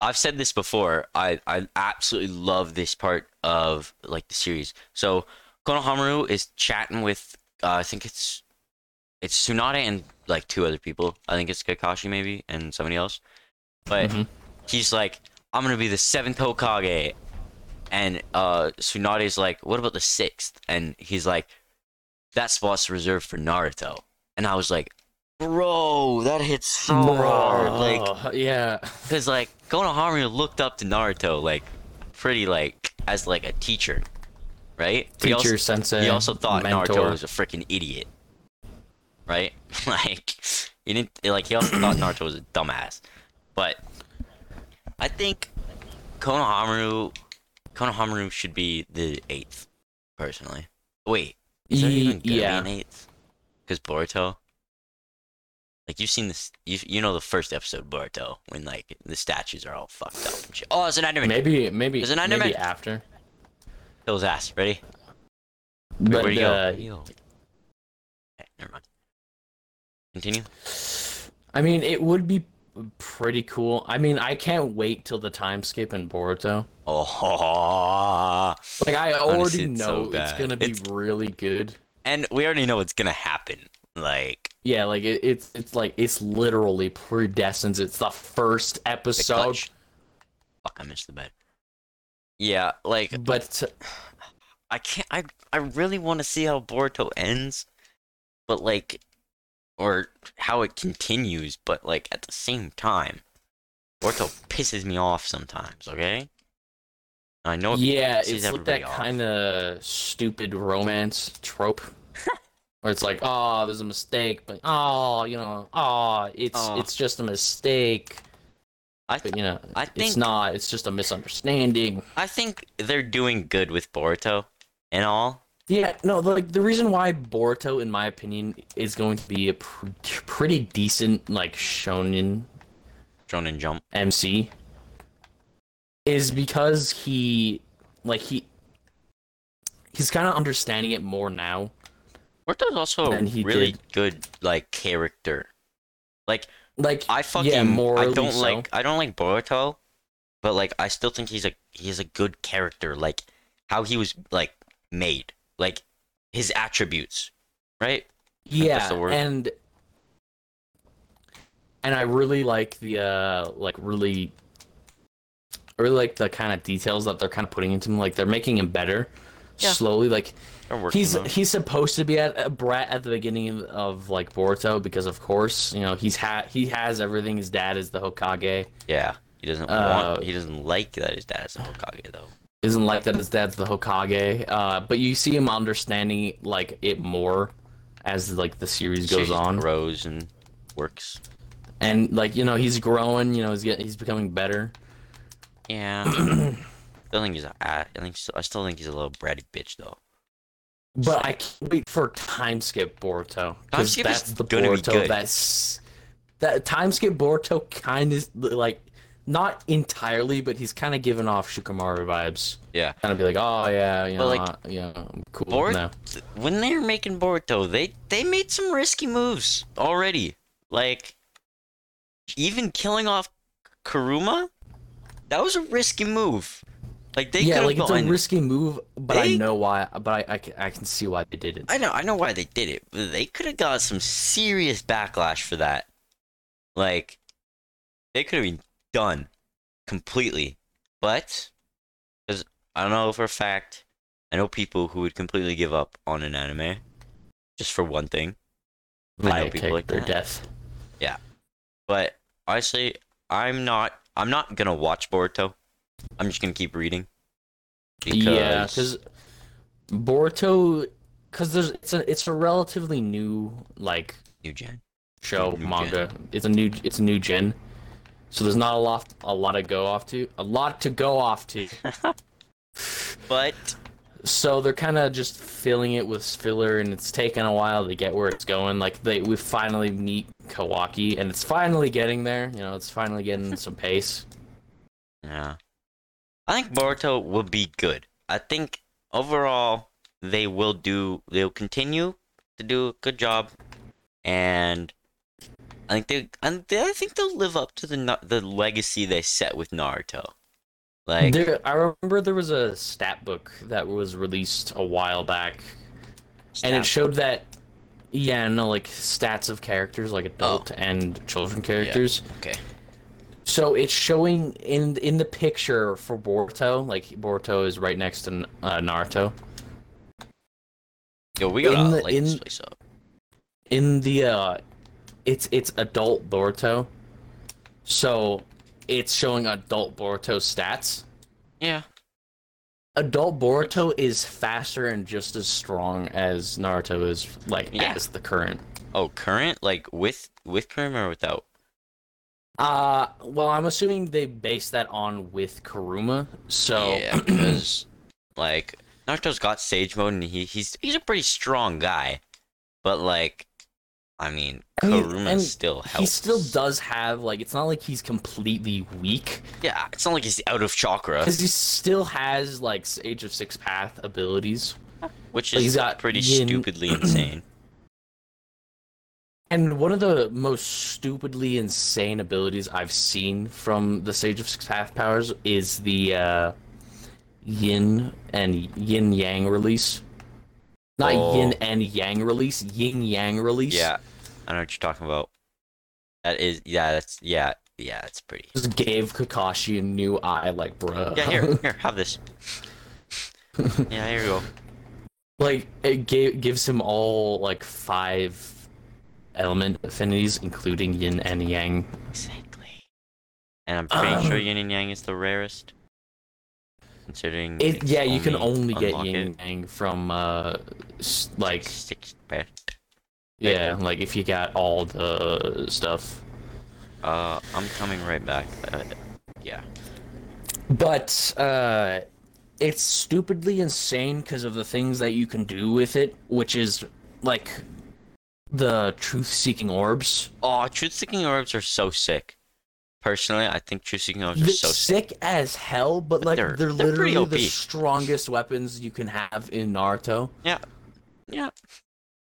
Speaker 1: I've said this before. I, I absolutely love this part of like the series. So Konohamaru is chatting with uh, I think it's it's Tsunade and like two other people. I think it's Kakashi maybe and somebody else. But
Speaker 2: Mhm.
Speaker 1: he's like, I'm gonna be the seventh Hokage, and uh, Tsunade's like, What about the sixth? And he's like, That spot's reserved for Naruto. And I was like, Bro, that hits so hard. Like,
Speaker 2: Oh, yeah.
Speaker 1: Cause like Konohamaru looked up to Naruto like pretty like as like a teacher, right? He
Speaker 2: Teacher
Speaker 1: also-
Speaker 2: sensei.
Speaker 1: He also thought
Speaker 2: mentor.
Speaker 1: Naruto was a freaking idiot, right? [LAUGHS] like he didn't like he also thought Naruto was a dumbass, but I think Konohamaru Konohamaru should be the eighth, personally. Wait, is there
Speaker 2: Ye-
Speaker 1: even gonna
Speaker 2: yeah.
Speaker 1: be an eighth? Because Boruto. Like you've seen this, you you know the first episode of Boruto when like the statues are all fucked up and shit. Oh, it's an enemy.
Speaker 2: [LAUGHS] Maybe maybe
Speaker 1: There's an
Speaker 2: maybe
Speaker 1: Enderman.
Speaker 2: after.
Speaker 1: Those ass. Ready?
Speaker 2: But
Speaker 1: Where'd he
Speaker 2: uh,
Speaker 1: go? Yo. Okay, never mind. Continue.
Speaker 2: I mean, it would be pretty cool. I mean, I can't wait till the time skip in Boruto.
Speaker 1: Oh,
Speaker 2: Like I
Speaker 1: Honestly,
Speaker 2: already
Speaker 1: it's so
Speaker 2: know it's
Speaker 1: bad.
Speaker 2: gonna be
Speaker 1: It's-
Speaker 2: really good.
Speaker 1: and we already know what's gonna happen. Like
Speaker 2: Yeah, like it, it's it's like it's literally predestined. It's the first
Speaker 1: the
Speaker 2: episode,
Speaker 1: clutch. Fuck, I missed the bed. Yeah, like
Speaker 2: but
Speaker 1: I can't. I I really want to see how Boruto ends, but like, or how it continues. But like at the same time, Boruto pisses me off sometimes. Okay. I know. it
Speaker 2: yeah,
Speaker 1: pisses
Speaker 2: it's like
Speaker 1: everybody
Speaker 2: that
Speaker 1: off.
Speaker 2: kind of stupid romance
Speaker 1: [LAUGHS]
Speaker 2: trope, where it's like, oh, there's a mistake, but oh, you know, oh, it's
Speaker 1: Aw.
Speaker 2: it's just a mistake,
Speaker 1: I th-
Speaker 2: but you know,
Speaker 1: I think-
Speaker 2: it's not. It's just a misunderstanding.
Speaker 1: I think they're doing good with Boruto and all.
Speaker 2: Yeah, no, like the reason why Boruto, in my opinion, is going to be a pr- pretty decent like shonen
Speaker 1: Shonen Jump.
Speaker 2: MC is because he like he he's kind of understanding it more now.
Speaker 1: Boruto's also a
Speaker 2: And he
Speaker 1: really
Speaker 2: did.
Speaker 1: good like character. Like
Speaker 2: Like
Speaker 1: I fucking I
Speaker 2: morally
Speaker 1: don't
Speaker 2: so.
Speaker 1: like I don't like Boruto, but like I still think he's a he's a good character. Like how he was like made, like his attributes, right?
Speaker 2: yeah,
Speaker 1: that's the word.
Speaker 2: and and I really like the uh like really I really like the kind of details that they're kind of putting into him. Like they're making him better
Speaker 1: Yeah.
Speaker 2: slowly. Like
Speaker 1: They're working
Speaker 2: he's
Speaker 1: on it.
Speaker 2: he's supposed to be at a brat at the beginning of like Boruto because of course you know he's ha- he has everything. His dad is the Hokage.
Speaker 1: yeah. He doesn't
Speaker 2: uh,
Speaker 1: want he doesn't like that his dad is a Hokage though.
Speaker 2: Isn't like that. His dad's the Hokage. Uh, but you see him understanding like it more as like the series goes
Speaker 1: She
Speaker 2: on,
Speaker 1: grows and works.
Speaker 2: and like you know he's growing. You know he's getting he's becoming better.
Speaker 1: Yeah.
Speaker 2: [CLEARS THROAT]
Speaker 1: I still think he's a, I think I still think he's a little bratty bitch though.
Speaker 2: But I can't wait for time skip Boruto
Speaker 1: Time
Speaker 2: because
Speaker 1: Skip is
Speaker 2: that's the
Speaker 1: gonna be
Speaker 2: Boruto
Speaker 1: good.
Speaker 2: that's that time skip Boruto kind of like not entirely, but he's kind of giving off Shikamaru vibes.
Speaker 1: Yeah.
Speaker 2: kind of be like, oh yeah, you know,
Speaker 1: But,
Speaker 2: like, yeah, I'm cool.
Speaker 1: Boruto-
Speaker 2: now.
Speaker 1: when they were making Boruto, they they made some risky moves already. Like even killing off Karuma, that was a risky move. Like they
Speaker 2: yeah,
Speaker 1: could
Speaker 2: like
Speaker 1: have
Speaker 2: it's
Speaker 1: gone.
Speaker 2: a risky move, but
Speaker 1: They-
Speaker 2: I know why. But I, I, can, I can see why they did it.
Speaker 1: I know, I know why they did it, but they could have got some serious backlash for that. Like they could have been done completely, but because I don't know for a fact, I know people who would completely give up on an anime just for one thing. I know
Speaker 2: Via
Speaker 1: people like
Speaker 2: kick or
Speaker 1: that.
Speaker 2: death.
Speaker 1: But honestly, I'm not. I'm not gonna watch Boruto. I'm just gonna keep reading.
Speaker 2: Yeah, because Boruto, because there's it's a it's a relatively new like
Speaker 1: new gen.
Speaker 2: show
Speaker 1: New
Speaker 2: manga. It's a new it's a new gen, so there's not a lot a lot to go off to a lot to go
Speaker 1: [LAUGHS]
Speaker 2: off to.
Speaker 1: But
Speaker 2: so they're kind of just filling it with filler and it's taken a while to get where it's going like they we finally meet kawaki and it's finally getting there you know it's
Speaker 1: [LAUGHS]
Speaker 2: finally getting some pace
Speaker 1: yeah, I think Boruto will be good. I think overall they will do. They'll continue to do a good job, and I think they. And they, I think they'll live up to the Na- the legacy they set with Naruto. Like
Speaker 2: there, i remember there was a stat book that was released a while back and
Speaker 1: Stab-
Speaker 2: it showed that yeah no like stats of characters like adult and children characters
Speaker 1: okay.
Speaker 2: So it's showing in in the picture for Boruto, like Boruto is right next to uh, Naruto.
Speaker 1: Yo, we
Speaker 2: in
Speaker 1: gotta
Speaker 2: the-
Speaker 1: light this
Speaker 2: in-
Speaker 1: place up.
Speaker 2: In the uh, it's it's adult Boruto. So it's showing adult Boruto stats.
Speaker 1: Yeah.
Speaker 2: adult Boruto is faster and just as strong as Naruto is, like
Speaker 1: Yeah.
Speaker 2: as the current.
Speaker 1: Oh, current like with with Karim or without?
Speaker 2: Uh, well, I'm assuming they base that on with Karuma. So [CLEARS THROAT]
Speaker 1: yeah, because like Naruto's got Sage mode and he he's he's a pretty strong guy, but like, I mean,
Speaker 2: I mean,
Speaker 1: Karuma
Speaker 2: and
Speaker 1: still helps.
Speaker 2: he still does have like it's not like he's completely weak
Speaker 1: Yeah, it's not like he's out of chakra,
Speaker 2: because he still has like Sage of Six Path abilities.
Speaker 1: which
Speaker 2: like,
Speaker 1: is
Speaker 2: he's got
Speaker 1: pretty
Speaker 2: yin- [CLEARS THROAT]
Speaker 1: stupidly insane.
Speaker 2: And one of the most stupidly insane abilities I've seen from the Sage of Six Path powers is the uh, Yin and Yin Yang release. Not
Speaker 1: Oh.
Speaker 2: Yin and Yang release, Yin Yang release.
Speaker 1: Yeah, I know what you're talking about. That is, yeah, that's yeah, yeah, it's pretty.
Speaker 2: Just gave Kakashi a new eye, like bruh.
Speaker 1: Yeah,
Speaker 2: [LAUGHS]
Speaker 1: here, here, have this. yeah, here you go.
Speaker 2: like it gave, gives him all like five element affinities, including Yin and Yang.
Speaker 1: Exactly. And I'm pretty sure
Speaker 2: Um,
Speaker 1: Yin and Yang is the rarest. Considering
Speaker 2: It,
Speaker 1: it's
Speaker 2: yeah, you can
Speaker 1: only
Speaker 2: only get
Speaker 1: unlock
Speaker 2: Yin
Speaker 1: it
Speaker 2: and Yang from uh, s- like
Speaker 1: six bit.
Speaker 2: Yeah, like if you got all the stuff.
Speaker 1: Uh, I'm coming right back. Uh, yeah.
Speaker 2: But uh it's stupidly insane because of the things that you can do with it, which is like the truth seeking orbs.
Speaker 1: Oh, truth seeking orbs are so sick. Personally, I think truth seeking orbs are
Speaker 2: They're
Speaker 1: so sick.
Speaker 2: sick as hell, but like
Speaker 1: they're-
Speaker 2: they're,
Speaker 1: they're pretty
Speaker 2: literally the
Speaker 1: OP.
Speaker 2: strongest weapons you can have in Naruto.
Speaker 1: Yeah. Yeah.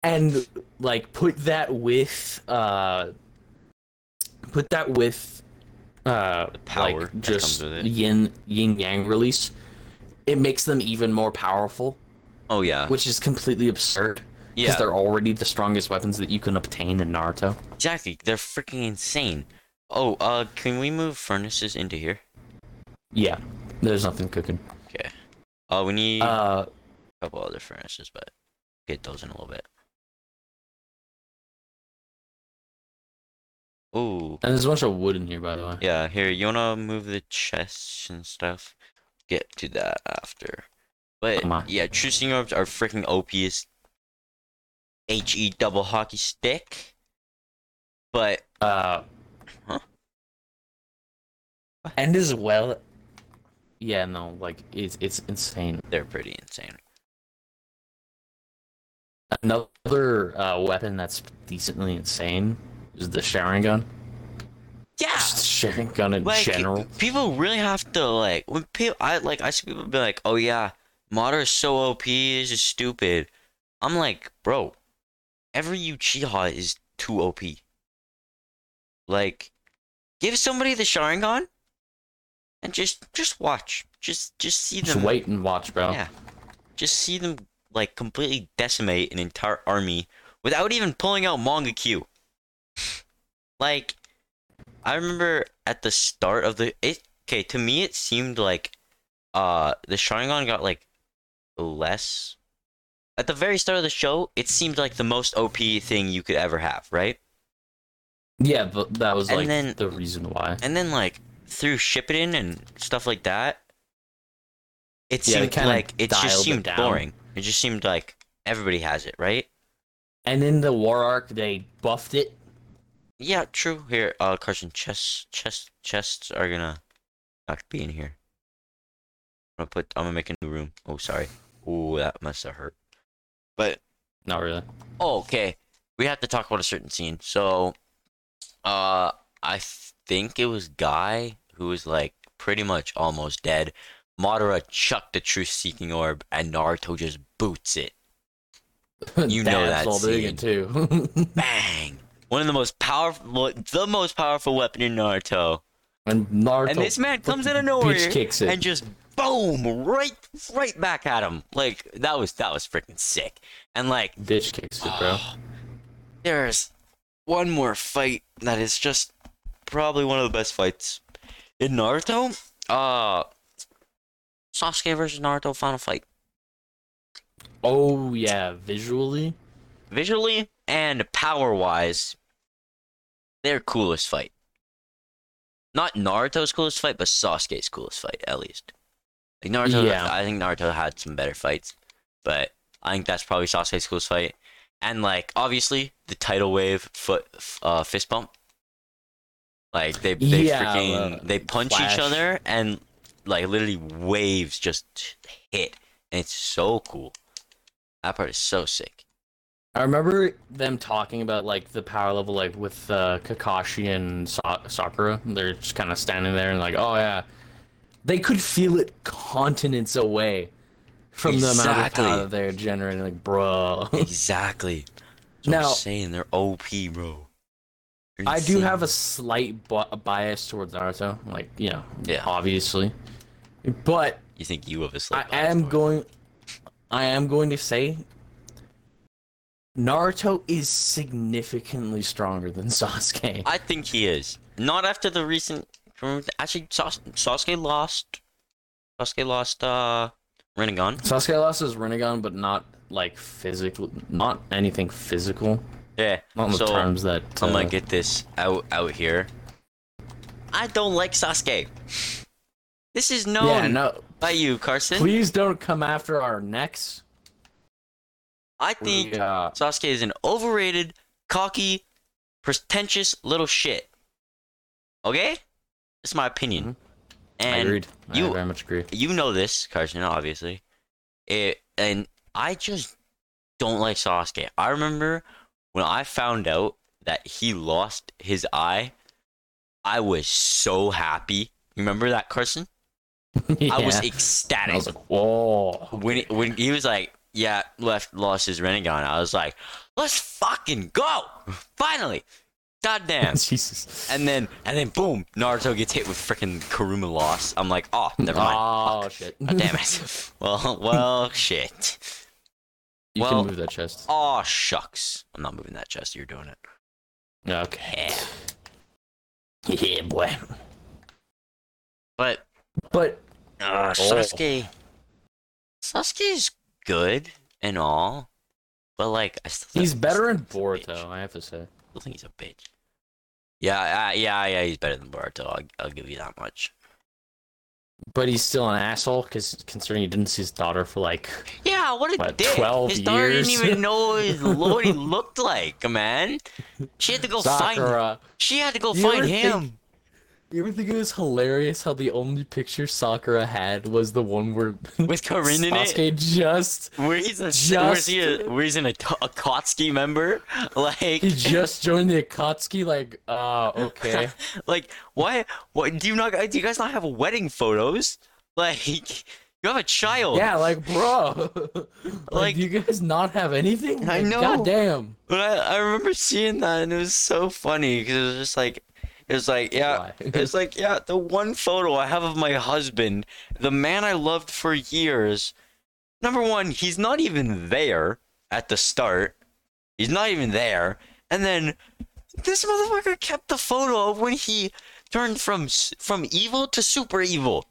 Speaker 2: and like put that with uh put that with uh
Speaker 1: power that
Speaker 2: like
Speaker 1: comes
Speaker 2: just
Speaker 1: with it.
Speaker 2: yin yin yang release it makes them even more powerful
Speaker 1: Oh yeah.
Speaker 2: which is completely absurd because
Speaker 1: Yeah.
Speaker 2: they're already the strongest weapons that you can obtain in naruto
Speaker 1: Exactly. They're freaking insane. Oh, uh, can we move furnaces into here?
Speaker 2: yeah there's nothing cooking
Speaker 1: Okay. Uh, we need a
Speaker 2: uh
Speaker 1: couple other furnaces, but get those in a little bit. Ooh.
Speaker 2: and there's a bunch of wood in here by the way
Speaker 1: Yeah, here, you wanna move the chests and stuff? Get to that after. But
Speaker 2: Come on.
Speaker 1: yeah, true singing orbs are freaking OPs. H E double hockey stick. But
Speaker 2: uh
Speaker 1: Huh?
Speaker 2: and as well yeah no like it's it's insane
Speaker 1: they're pretty insane.
Speaker 2: Another uh, weapon that's decently insane is the Sharingan.
Speaker 1: Yeah.
Speaker 2: Just the Sharingun in
Speaker 1: Like
Speaker 2: general.
Speaker 1: people really have to like when people I like I see people be like, Oh yeah, Mater is so OP, is just stupid. I'm like, bro, every Uchiha is too OP. Like, give somebody the Sharingan and just just watch. Just just see
Speaker 2: Just
Speaker 1: them
Speaker 2: wait and watch, bro.
Speaker 1: um, Yeah. just see them like completely decimate an entire army without even pulling out manga Q. [LAUGHS] like I remember at the start of the it okay, to me it seemed like uh the Sharingan got like less at the very start of the show, it seemed like the most OP thing you could ever have, right?
Speaker 2: Yeah, but that was
Speaker 1: And
Speaker 2: like
Speaker 1: then-
Speaker 2: the reason why.
Speaker 1: And then like through Shippuden and stuff like that, it
Speaker 2: Yeah, they
Speaker 1: seemed
Speaker 2: kinda
Speaker 1: like it
Speaker 2: dialed
Speaker 1: just
Speaker 2: it
Speaker 1: seemed
Speaker 2: down.
Speaker 1: boring. It just seemed like everybody has it, right?
Speaker 2: And in the war arc, they buffed it.
Speaker 1: Yeah, true. Here, uh, Carson, chests, chest, chests are gonna not be in here. I'm gonna put. I'm gonna make a new room. Oh, sorry. Oh, that must have hurt. But
Speaker 2: Not really.
Speaker 1: oh, okay, we have to talk about a certain scene. So, uh, I think it was Guy who was like pretty much almost dead. Madara chucked the truth-seeking orb, and Naruto just boots it. [LAUGHS] You know that
Speaker 2: all
Speaker 1: scene.
Speaker 2: big too. [LAUGHS]
Speaker 1: Bang! One of the most powerful, the most powerful weapon in Naruto.
Speaker 2: and Naruto.
Speaker 1: and this man comes out of
Speaker 2: fucking
Speaker 1: nowhere
Speaker 2: Bitch kicks it.
Speaker 1: and just boom right right back at him like that was that was freaking sick and like
Speaker 2: bitch kicks it,
Speaker 1: [GASPS]
Speaker 2: bro.
Speaker 1: there's one more fight that is just probably one of the best fights in naruto uh sasuke versus naruto final fight
Speaker 2: Oh yeah, visually.
Speaker 1: visually and power wise their coolest fight not naruto's coolest fight but sasuke's coolest fight at least Like Naruto,
Speaker 2: Yeah.
Speaker 1: I think Naruto had some better fights, but I think that's probably Sasuke's coolest fight. And like obviously the tidal wave foot f- uh, fist bump, like they they
Speaker 2: Yeah,
Speaker 1: freaking
Speaker 2: uh,
Speaker 1: they punch
Speaker 2: Flash.
Speaker 1: each other and like literally waves just hit, and it's so cool. That part is so sick.
Speaker 2: I remember them talking about like the power level, like with uh, Kakashi and Sa- Sakura. They're just kind of standing there and like, oh yeah, they could feel it continents away from the amount of
Speaker 1: Exactly.
Speaker 2: power that they're generating. Like, bro, [LAUGHS]
Speaker 1: Exactly. That's what
Speaker 2: Now-
Speaker 1: I'm saying they're OP, bro. They're
Speaker 2: I do
Speaker 1: insane.
Speaker 2: have a slight bu- bias towards Naruto. Like, you know,
Speaker 1: Yeah.
Speaker 2: obviously, but
Speaker 1: You think you have a
Speaker 2: I
Speaker 1: slight bias
Speaker 2: am
Speaker 1: towards-
Speaker 2: going. I am going to say. Naruto is significantly stronger than [LAUGHS] Sasuke.
Speaker 1: I think he is. Not after the recent. Actually, Sas- Sasuke lost. Sasuke lost. Uh, Renegon.
Speaker 2: Sasuke lost his Renegon, but not like physical, not anything physical.
Speaker 1: Yeah.
Speaker 2: Not in
Speaker 1: so
Speaker 2: the terms that. Uh,
Speaker 1: I'm gonna get this out out here. I don't like Sasuke. This is known
Speaker 2: yeah, no.
Speaker 1: by you, Carson.
Speaker 2: Please don't come after our necks.
Speaker 1: I think
Speaker 2: We, uh,
Speaker 1: Sasuke is an overrated, cocky, pretentious little shit. Okay, it's my opinion.
Speaker 2: Mhm. I
Speaker 1: And
Speaker 2: agreed. I
Speaker 1: you-
Speaker 2: very much agree. [LAUGHS]
Speaker 1: you know this, Carson, obviously. It and I just don't like Sasuke. I remember when I found out that he lost his eye, I was so happy. Remember that, Carson?
Speaker 2: yeah.
Speaker 1: I was
Speaker 2: I
Speaker 1: ecstatic
Speaker 2: was
Speaker 1: [LAUGHS]
Speaker 2: like, [LAUGHS] whoa.
Speaker 1: when he, when he was like, "Yeah, left lost his Renegon." I was like, "Let's fucking go! Finally, goddamn!"
Speaker 2: Jesus.
Speaker 1: and then and then boom, Naruto gets hit with freaking Karuma loss. I'm like, "Oh, never mind."
Speaker 2: oh shit.
Speaker 1: Oh, damn it. [LAUGHS] Well, well, shit.
Speaker 2: [LAUGHS] you
Speaker 1: Well- oh,
Speaker 2: can move that chest.
Speaker 1: Aw, shucks. I'm not moving that chest. You're doing it.
Speaker 2: Okay. Yeah, boy.
Speaker 1: But
Speaker 2: But
Speaker 1: uh,
Speaker 2: Oh.
Speaker 1: Sasuke, Sasuke is good and all, but like I still
Speaker 2: he's
Speaker 1: think-
Speaker 2: better in
Speaker 1: still think he's a
Speaker 2: Boruto,
Speaker 1: bitch.
Speaker 2: I have to say.
Speaker 1: I still think he's a bitch. Yeah, uh, yeah, yeah. He's better than Boruto. I'll, I'll give you that much.
Speaker 2: But he's still an asshole, because considering he didn't see his daughter for like
Speaker 1: Yeah, what a
Speaker 2: What,
Speaker 1: dick.
Speaker 2: 12
Speaker 1: His daughter
Speaker 2: years?
Speaker 1: didn't even
Speaker 2: [LAUGHS]
Speaker 1: know his- what he looked like, man. She had to go find.
Speaker 2: Sakura.
Speaker 1: She had to go
Speaker 2: You
Speaker 1: find
Speaker 2: ever
Speaker 1: him.
Speaker 2: think- You ever think it was hilarious how the only picture Sakura had was the one
Speaker 1: [LAUGHS]
Speaker 2: where
Speaker 1: With Corinne in it?
Speaker 2: Sasuke just
Speaker 1: Where he's a where is he
Speaker 2: Just-
Speaker 1: a, where he's an a, a Kotsky member? [LAUGHS] Like
Speaker 2: he just joined the Akatsuki like uh
Speaker 1: [LAUGHS]
Speaker 2: okay
Speaker 1: like why what do you not do you guys not have wedding photos? Like [LAUGHS] you have a child.
Speaker 2: yeah like
Speaker 1: [LAUGHS]
Speaker 2: bro like,
Speaker 1: Like-
Speaker 2: you guys not have anything
Speaker 1: I
Speaker 2: Like,
Speaker 1: know.
Speaker 2: goddamn
Speaker 1: But I, I remember seeing that and it was so funny because it was just like it was like yeah
Speaker 2: Why?
Speaker 1: it was like yeah the one photo I have of my husband, the man I loved for years. Number one, he's not even there at the start. He's not even there. And then this motherfucker kept the photo of when he turned from s- from evil to super evil.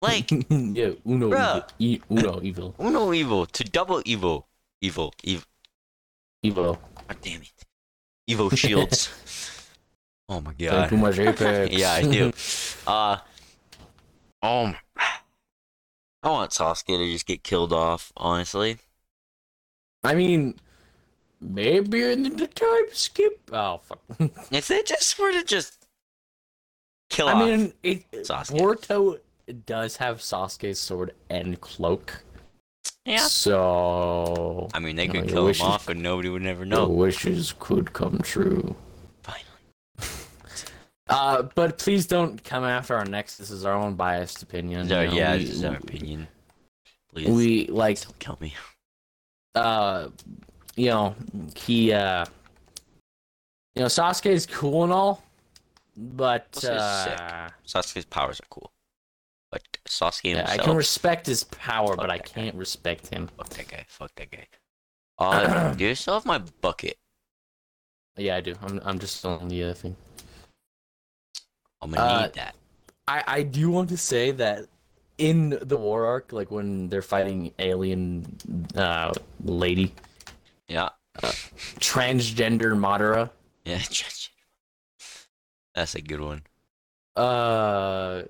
Speaker 1: Like
Speaker 2: [LAUGHS] yeah uno evil,
Speaker 1: Bruh.
Speaker 2: e- uno evil
Speaker 1: uno evil to double evil. Evil. Evil.
Speaker 2: evil
Speaker 1: God damn it. Evo shields. [LAUGHS] oh my
Speaker 2: Play too
Speaker 1: god. [LAUGHS]
Speaker 2: much Apex.
Speaker 1: Yeah, I
Speaker 2: [LAUGHS]
Speaker 1: do. Uh Oh my I want Sasuke to just get killed off, honestly.
Speaker 2: I mean maybe in the time skip oh fuck [LAUGHS]
Speaker 1: If they just were to just kill
Speaker 2: I
Speaker 1: off
Speaker 2: mean it
Speaker 1: Sasuke.
Speaker 2: Boruto does have Sasuke's sword and cloak
Speaker 1: Yeah.
Speaker 2: So
Speaker 1: I mean they
Speaker 2: No,
Speaker 1: could
Speaker 2: your
Speaker 1: kill
Speaker 2: wishes-
Speaker 1: him off and nobody would never
Speaker 2: your
Speaker 1: know.
Speaker 2: wishes could come true.
Speaker 1: Finally.
Speaker 2: Uh, but please don't come after our next. This is our own biased opinion.
Speaker 1: So,
Speaker 2: you know,
Speaker 1: yeah,
Speaker 2: we,
Speaker 1: this is our opinion. Please
Speaker 2: We like
Speaker 1: don't kill me.
Speaker 2: uh, you know, he uh, you know, Sasuke is cool and all, but
Speaker 1: Sasuke's
Speaker 2: uh,
Speaker 1: Sasuke's powers are cool. But Sasuke
Speaker 2: yeah,
Speaker 1: himself
Speaker 2: I can respect his power, but I
Speaker 1: Okay.
Speaker 2: can't respect him.
Speaker 1: fuck that guy, fuck that guy.
Speaker 2: [CLEARS THROAT]
Speaker 1: Uh do you still have my bucket?
Speaker 2: Yeah, I do. I'm I'm just on the other thing.
Speaker 1: I'm gonna
Speaker 2: Uh,
Speaker 1: need that. [LAUGHS]
Speaker 2: I, I do want to say that in the war arc, like when they're fighting alien uh, lady,
Speaker 1: Yeah.
Speaker 2: transgender Madara,
Speaker 1: Yeah, judge. That's a good one.
Speaker 2: uh,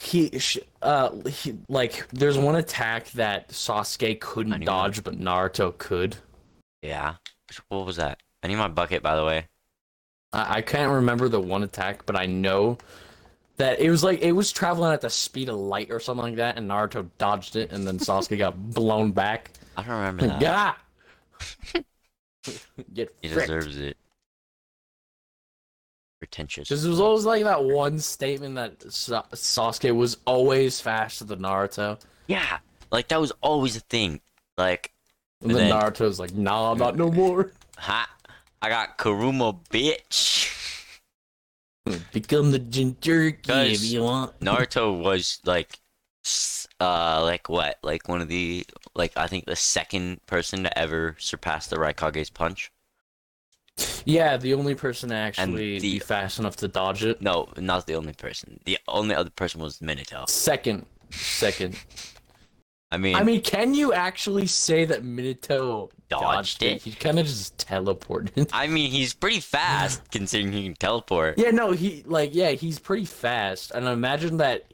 Speaker 2: he, sh- uh, he, like, there's one attack that Sasuke
Speaker 1: I
Speaker 2: couldn't
Speaker 1: knew
Speaker 2: dodge, but Naruto could.
Speaker 1: Yeah. Which- What was that? I need my bucket, by the way.
Speaker 2: I, I can't remember the one attack, but I know that it was like it was traveling at the speed of light or something like that, and Naruto dodged
Speaker 1: [LAUGHS]
Speaker 2: it, and then Sasuke got blown back.
Speaker 1: I don't remember that.
Speaker 2: Gah!
Speaker 1: [LAUGHS]
Speaker 2: Get
Speaker 1: He
Speaker 2: fricked.
Speaker 1: deserves it. Pretentious.
Speaker 2: Because it was always like that one statement that Sa- Sasuke was always faster than Naruto.
Speaker 1: yeah. Like that was always a thing. Like,
Speaker 2: And
Speaker 1: And
Speaker 2: then,
Speaker 1: then-
Speaker 2: Naruto's like, nah,
Speaker 1: [LAUGHS]
Speaker 2: not no more.
Speaker 1: ha, I got Karuma, bitch.
Speaker 2: Become the Jinchuriki if
Speaker 1: Hmm. Guys.
Speaker 2: you want.
Speaker 1: Naruto was like, s- uh, like what? Like one of the, like I think the second person to ever surpass the Raikage's punch.
Speaker 2: Yeah, the only person to actually
Speaker 1: the-
Speaker 2: be fast enough to dodge it.
Speaker 1: No, not the only person. The only other person was Minato.
Speaker 2: Second. Second.
Speaker 1: I mean,
Speaker 2: I mean, can you actually say that Minato dodged,
Speaker 1: Dodged
Speaker 2: it?
Speaker 1: it?
Speaker 2: He kind of just teleported.
Speaker 1: I mean, he's pretty fast considering he can teleport.
Speaker 2: yeah, no, he like yeah, he's pretty fast. And I imagine that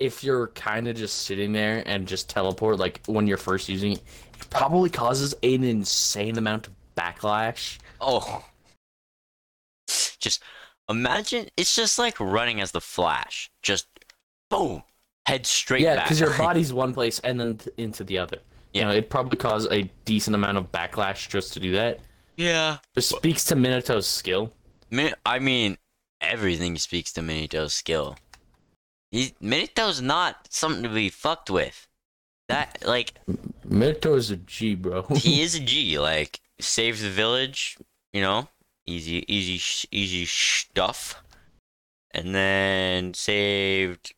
Speaker 2: if you're kind of just sitting there and just teleport, like when you're first using it, it probably causes an insane amount of backlash.
Speaker 1: Oh. Just imagine it's just like running as the Flash. Just boom, head straight
Speaker 2: yeah,
Speaker 1: back. [LAUGHS]
Speaker 2: because your body's one place and then t- into the other. You
Speaker 1: Yeah.
Speaker 2: know, it'd probably cause a decent amount of backlash just to do that.
Speaker 1: yeah.
Speaker 2: But speaks to Minato's skill.
Speaker 1: Mi- I mean, everything speaks to Minito's skill. He, Minito's not something to be fucked with. That like
Speaker 2: Minato is a G, bro. [LAUGHS]
Speaker 1: he is a G. Like saves the village. You know, easy, easy, sh- easy stuff. And then saved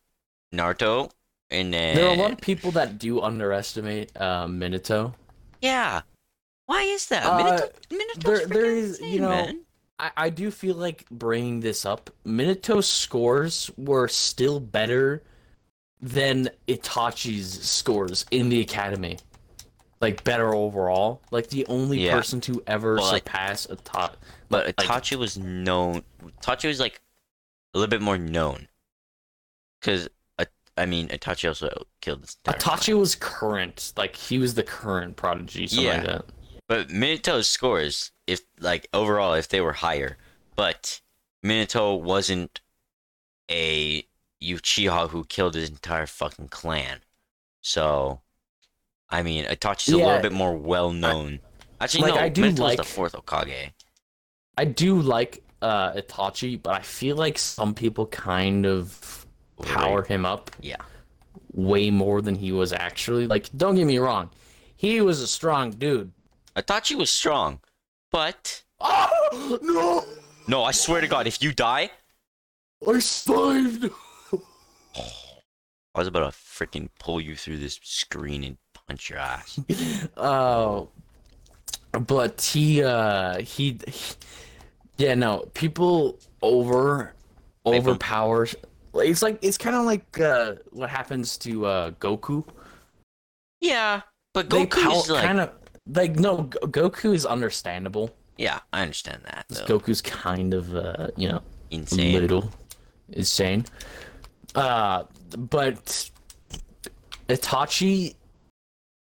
Speaker 1: Naruto. And then
Speaker 2: There are a lot of people that do underestimate uh, Minato.
Speaker 1: Yeah. Why is that?
Speaker 2: Uh,
Speaker 1: Minotaur, Minotaur's
Speaker 2: there- there
Speaker 1: freaking
Speaker 2: is, you
Speaker 1: insane,
Speaker 2: know,
Speaker 1: man.
Speaker 2: I, I do feel like bringing this up. Minato's scores were still better than Itachi's scores in the academy. Like better overall. Like the only
Speaker 1: Yeah.
Speaker 2: person to ever
Speaker 1: Well, like-
Speaker 2: surpass Itachi.
Speaker 1: But
Speaker 2: like-
Speaker 1: Itachi was known. Itachi was like a little bit more known. Because, I mean, Itachi also killed this. entire
Speaker 2: Itachi was current. Like he was the current prodigy. Something like
Speaker 1: Yeah.
Speaker 2: that.
Speaker 1: clan. But Minato's scores, if, like, overall, if they were higher. But Minato wasn't a Uchiha who killed his entire fucking clan. So, I mean, Itachi's a
Speaker 2: Yeah.
Speaker 1: little bit more well known. Actually,
Speaker 2: like,
Speaker 1: no,
Speaker 2: I do
Speaker 1: Minato's the
Speaker 2: like-
Speaker 1: fourth Okage.
Speaker 2: I do like uh, Itachi, but I feel like some people kind of power him up
Speaker 1: Yeah.
Speaker 2: way more than he was actually. Like, don't get me wrong, he was a strong dude. [LAUGHS]
Speaker 1: Itachi was strong, but
Speaker 2: Oh no!
Speaker 1: no, I swear to God, if you die,
Speaker 2: I survived.
Speaker 1: I was about to freaking pull you through this screen and punch your ass.
Speaker 2: Oh, but he, uh, he, he- yeah, no, people over
Speaker 1: They bel-
Speaker 2: overpower. It's like it's kind of like uh, what happens to uh, Goku.
Speaker 1: Yeah, but
Speaker 2: They
Speaker 1: Goku is like,
Speaker 2: kind of like no, Go- Goku is understandable.
Speaker 1: yeah, I understand that.
Speaker 2: 'cause
Speaker 1: Though.
Speaker 2: Goku's kind of uh, you know
Speaker 1: Insane.
Speaker 2: little insane. Uh, but Itachi,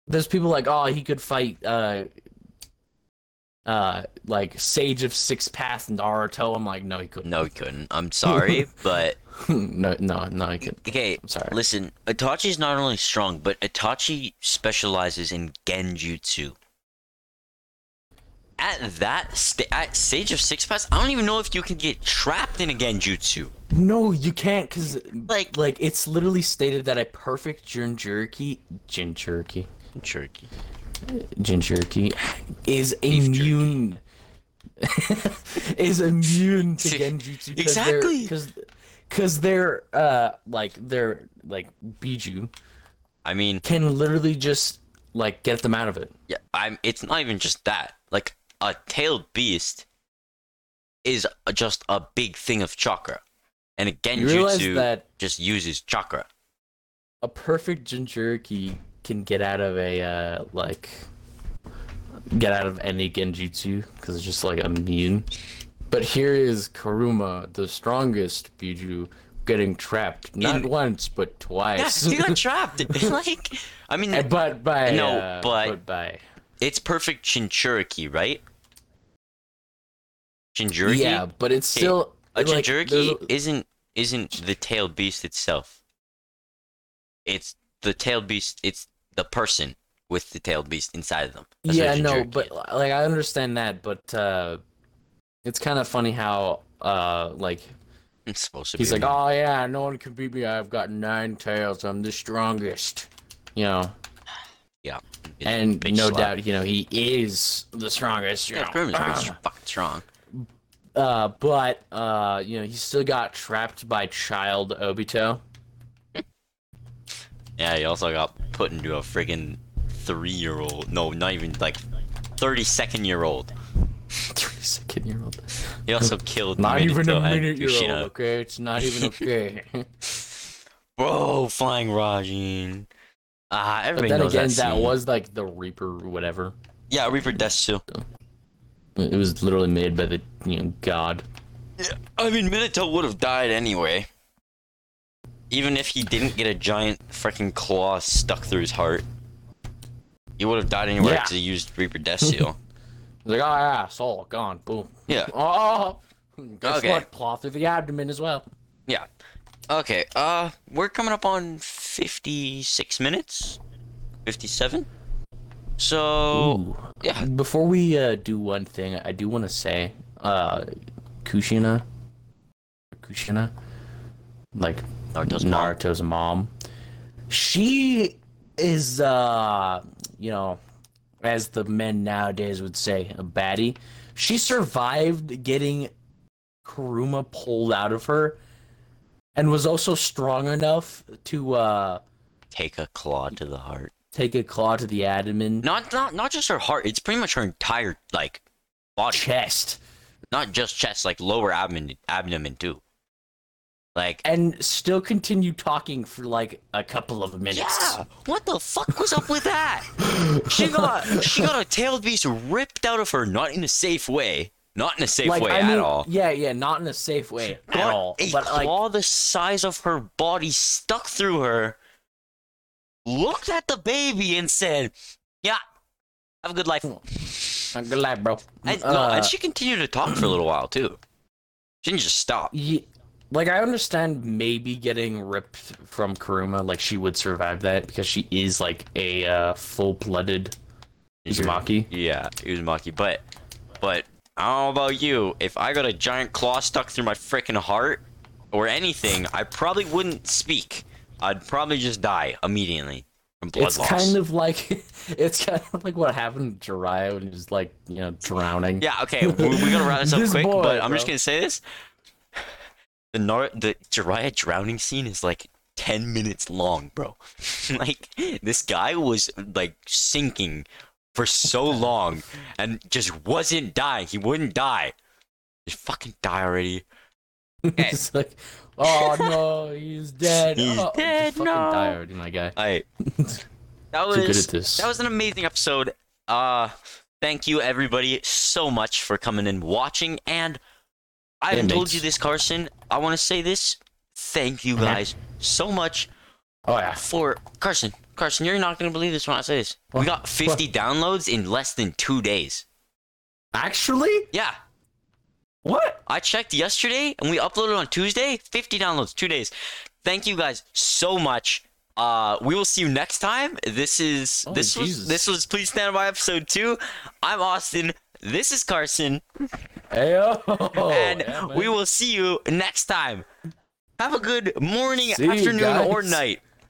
Speaker 2: there's people like, oh, he could fight, uh, uh, like Sage of Six Paths Naruto. I'm like, no, he couldn't. [LAUGHS]
Speaker 1: No, he couldn't. I'm sorry, but
Speaker 2: no, no, no, he couldn't.
Speaker 1: okay.
Speaker 2: I'm sorry.
Speaker 1: Listen, Itachi's not only strong, but Itachi specializes in Genjutsu. At that sta- at stage of six pass, I don't even know if you can get trapped in a Genjutsu.
Speaker 2: No, you can't, cause
Speaker 1: Like-
Speaker 2: like, like it's literally stated that a perfect Jinchuriki, Jinchuriki,
Speaker 1: Jerky.
Speaker 2: Jinchuriki is immune.
Speaker 1: [LAUGHS]
Speaker 2: is immune to Genjutsu.
Speaker 1: Exactly.
Speaker 2: Because because their uh like their like Biju
Speaker 1: I mean,
Speaker 2: can literally just like get them out of it.
Speaker 1: Yeah, I'm. It's not even just that. Like a tailed beast is a- just a big thing of chakra, and a
Speaker 2: You realize
Speaker 1: genjutsu
Speaker 2: that
Speaker 1: just uses chakra.
Speaker 2: a perfect Jinchuriki can get out of a uh like get out of any Genjutsu because it's just like immune. But here is Karuma, the strongest Biju, getting trapped. Not
Speaker 1: In-
Speaker 2: once, but
Speaker 1: Yeah,
Speaker 2: twice.
Speaker 1: he [LAUGHS] got trapped. like, I mean,
Speaker 2: And Eh, but by
Speaker 1: No,
Speaker 2: uh,
Speaker 1: but-
Speaker 2: by
Speaker 1: it's perfect Chinchuriki, right? Chinchuriki.
Speaker 2: yeah, but it's still
Speaker 1: A
Speaker 2: like,
Speaker 1: Jinjuriki
Speaker 2: there's-
Speaker 1: isn't isn't the tailed beast itself. It's the tailed beast. It's the person with the tailed beast inside of them. That's what a
Speaker 2: yeah, no,
Speaker 1: Jinjuriki
Speaker 2: but
Speaker 1: is.
Speaker 2: like I understand that, but uh it's kind of funny how uh like
Speaker 1: it's supposed to
Speaker 2: he's
Speaker 1: be.
Speaker 2: like, oh yeah, no one can beat me. I've got nine tails. I'm the strongest. You know,
Speaker 1: It's a
Speaker 2: and
Speaker 1: bitch
Speaker 2: no
Speaker 1: slap.
Speaker 2: doubt, you know, he is the strongest. you
Speaker 1: Yeah,
Speaker 2: know.
Speaker 1: Grimms is fucking strong.
Speaker 2: Uh, but uh, you know, he still got trapped by child Obito. [LAUGHS]
Speaker 1: Yeah, he also got put into a friggin' three-year-old. No, not even like thirty-second-year-old.
Speaker 2: Three second year old.
Speaker 1: He
Speaker 2: [LAUGHS]
Speaker 1: also killed
Speaker 2: Not even a
Speaker 1: Minato and
Speaker 2: minute year old.
Speaker 1: Kushina.
Speaker 2: Okay, it's not even okay.
Speaker 1: [LAUGHS]
Speaker 2: [LAUGHS]
Speaker 1: Bro, flying Rajin. Ah,
Speaker 2: but
Speaker 1: everybody
Speaker 2: then
Speaker 1: knows
Speaker 2: again, that,
Speaker 1: that. scene.
Speaker 2: was like the Reaper, or whatever.
Speaker 1: yeah, Reaper Desu.
Speaker 2: It was literally made by the you know god.
Speaker 1: Yeah, I mean, Minotaur would have died anyway. Even if he didn't get a giant freaking claw stuck through his heart, he would have died anyway
Speaker 2: Yeah.
Speaker 1: because he used Reaper Death
Speaker 2: [LAUGHS]
Speaker 1: Seal.
Speaker 2: Like, ah, yeah, soul gone, boom.
Speaker 1: yeah,
Speaker 2: Oh, guess
Speaker 1: Okay.
Speaker 2: what? Claw through the abdomen as well.
Speaker 1: yeah. Okay, uh, we're coming up on 56 minutes? 57? So,
Speaker 2: Ooh.
Speaker 1: yeah.
Speaker 2: Before we uh, do one thing, I do want to say, uh, Kushina, Kushina, like
Speaker 1: Naruto's mom.
Speaker 2: Naruto's mom, she is, uh, you know, as the men nowadays would say, a baddie. She survived getting Kuruma pulled out of her, and was also strong enough to uh,
Speaker 1: Take a claw to the heart.
Speaker 2: take a claw to the abdomen,
Speaker 1: Not, not, not just her heart, it's pretty much her entire, like, body.
Speaker 2: chest.
Speaker 1: Not just chest, like, lower abdomen, abdomen too. Like,
Speaker 2: and still continue talking for like a couple of minutes.
Speaker 1: Yeah, what the fuck was up with that? she got she got a tailed beast ripped out of her, not in a safe way, not in a safe
Speaker 2: like
Speaker 1: way
Speaker 2: I
Speaker 1: at
Speaker 2: mean,
Speaker 1: all.
Speaker 2: yeah, yeah, not in a safe way at
Speaker 1: Got
Speaker 2: all.
Speaker 1: a
Speaker 2: But like,
Speaker 1: claw the size of her body stuck through her. Looked at the baby and said, "Yeah, have a good life."
Speaker 2: I'm good luck, bro.
Speaker 1: And, no,
Speaker 2: Uh,
Speaker 1: and she continued to talk for a little while too. She didn't just stop.
Speaker 2: ye- like I understand maybe getting ripped from Karuma, like she would survive that because she is like a uh, full-blooded Uzumaki.
Speaker 1: Yeah, Uzumaki. But, but I don't know about you. If I got a giant claw stuck through my freaking heart or anything, I probably wouldn't speak. I'd probably just die immediately from blood
Speaker 2: It's
Speaker 1: loss.
Speaker 2: kind of like [LAUGHS] it's kind of like what happened to Jiraiya when he was like you know drowning. [LAUGHS]
Speaker 1: yeah. Okay, we, we gotta wrap this up
Speaker 2: This
Speaker 1: quick.
Speaker 2: boy,
Speaker 1: but I'm just
Speaker 2: bro.
Speaker 1: gonna say this: the Nar- the Jiraiya drowning scene is like. 10 minutes long, bro. [LAUGHS] like, this guy was like sinking for so long and just wasn't dying. He wouldn't die. Just fucking die already.
Speaker 2: it's like, oh no, he's dead.
Speaker 1: He's
Speaker 2: oh,
Speaker 1: dead,
Speaker 2: Fucking
Speaker 1: no.
Speaker 2: die already, my guy. [LAUGHS]
Speaker 1: I that was
Speaker 2: Too good at this.
Speaker 1: that was an amazing episode. Uh thank you everybody so much for coming and watching and I
Speaker 2: Yeah,
Speaker 1: haven't told
Speaker 2: mates.
Speaker 1: you this, Carson. I wanna say this. Thank you
Speaker 2: Mhm.
Speaker 1: guys so much
Speaker 2: oh yeah.
Speaker 1: for Carson. Carson, you're not gonna believe this when I say this. We
Speaker 2: What?
Speaker 1: got fifty downloads in less than two days.
Speaker 2: Actually?
Speaker 1: Yeah.
Speaker 2: What?
Speaker 1: I checked yesterday and we uploaded on Tuesday. 50 downloads, two days. Thank you guys so much. Uh, we will see you next time. This is
Speaker 2: Oh,
Speaker 1: this was
Speaker 2: Jesus.
Speaker 1: this was please stand by episode two. I'm Austin. This is Carson,
Speaker 2: Ayo.
Speaker 1: [LAUGHS] and
Speaker 2: oh, Yeah,
Speaker 1: we
Speaker 2: man.
Speaker 1: will see you next time. Have a good morning,
Speaker 2: See you
Speaker 1: afternoon, or
Speaker 2: guys.
Speaker 1: night.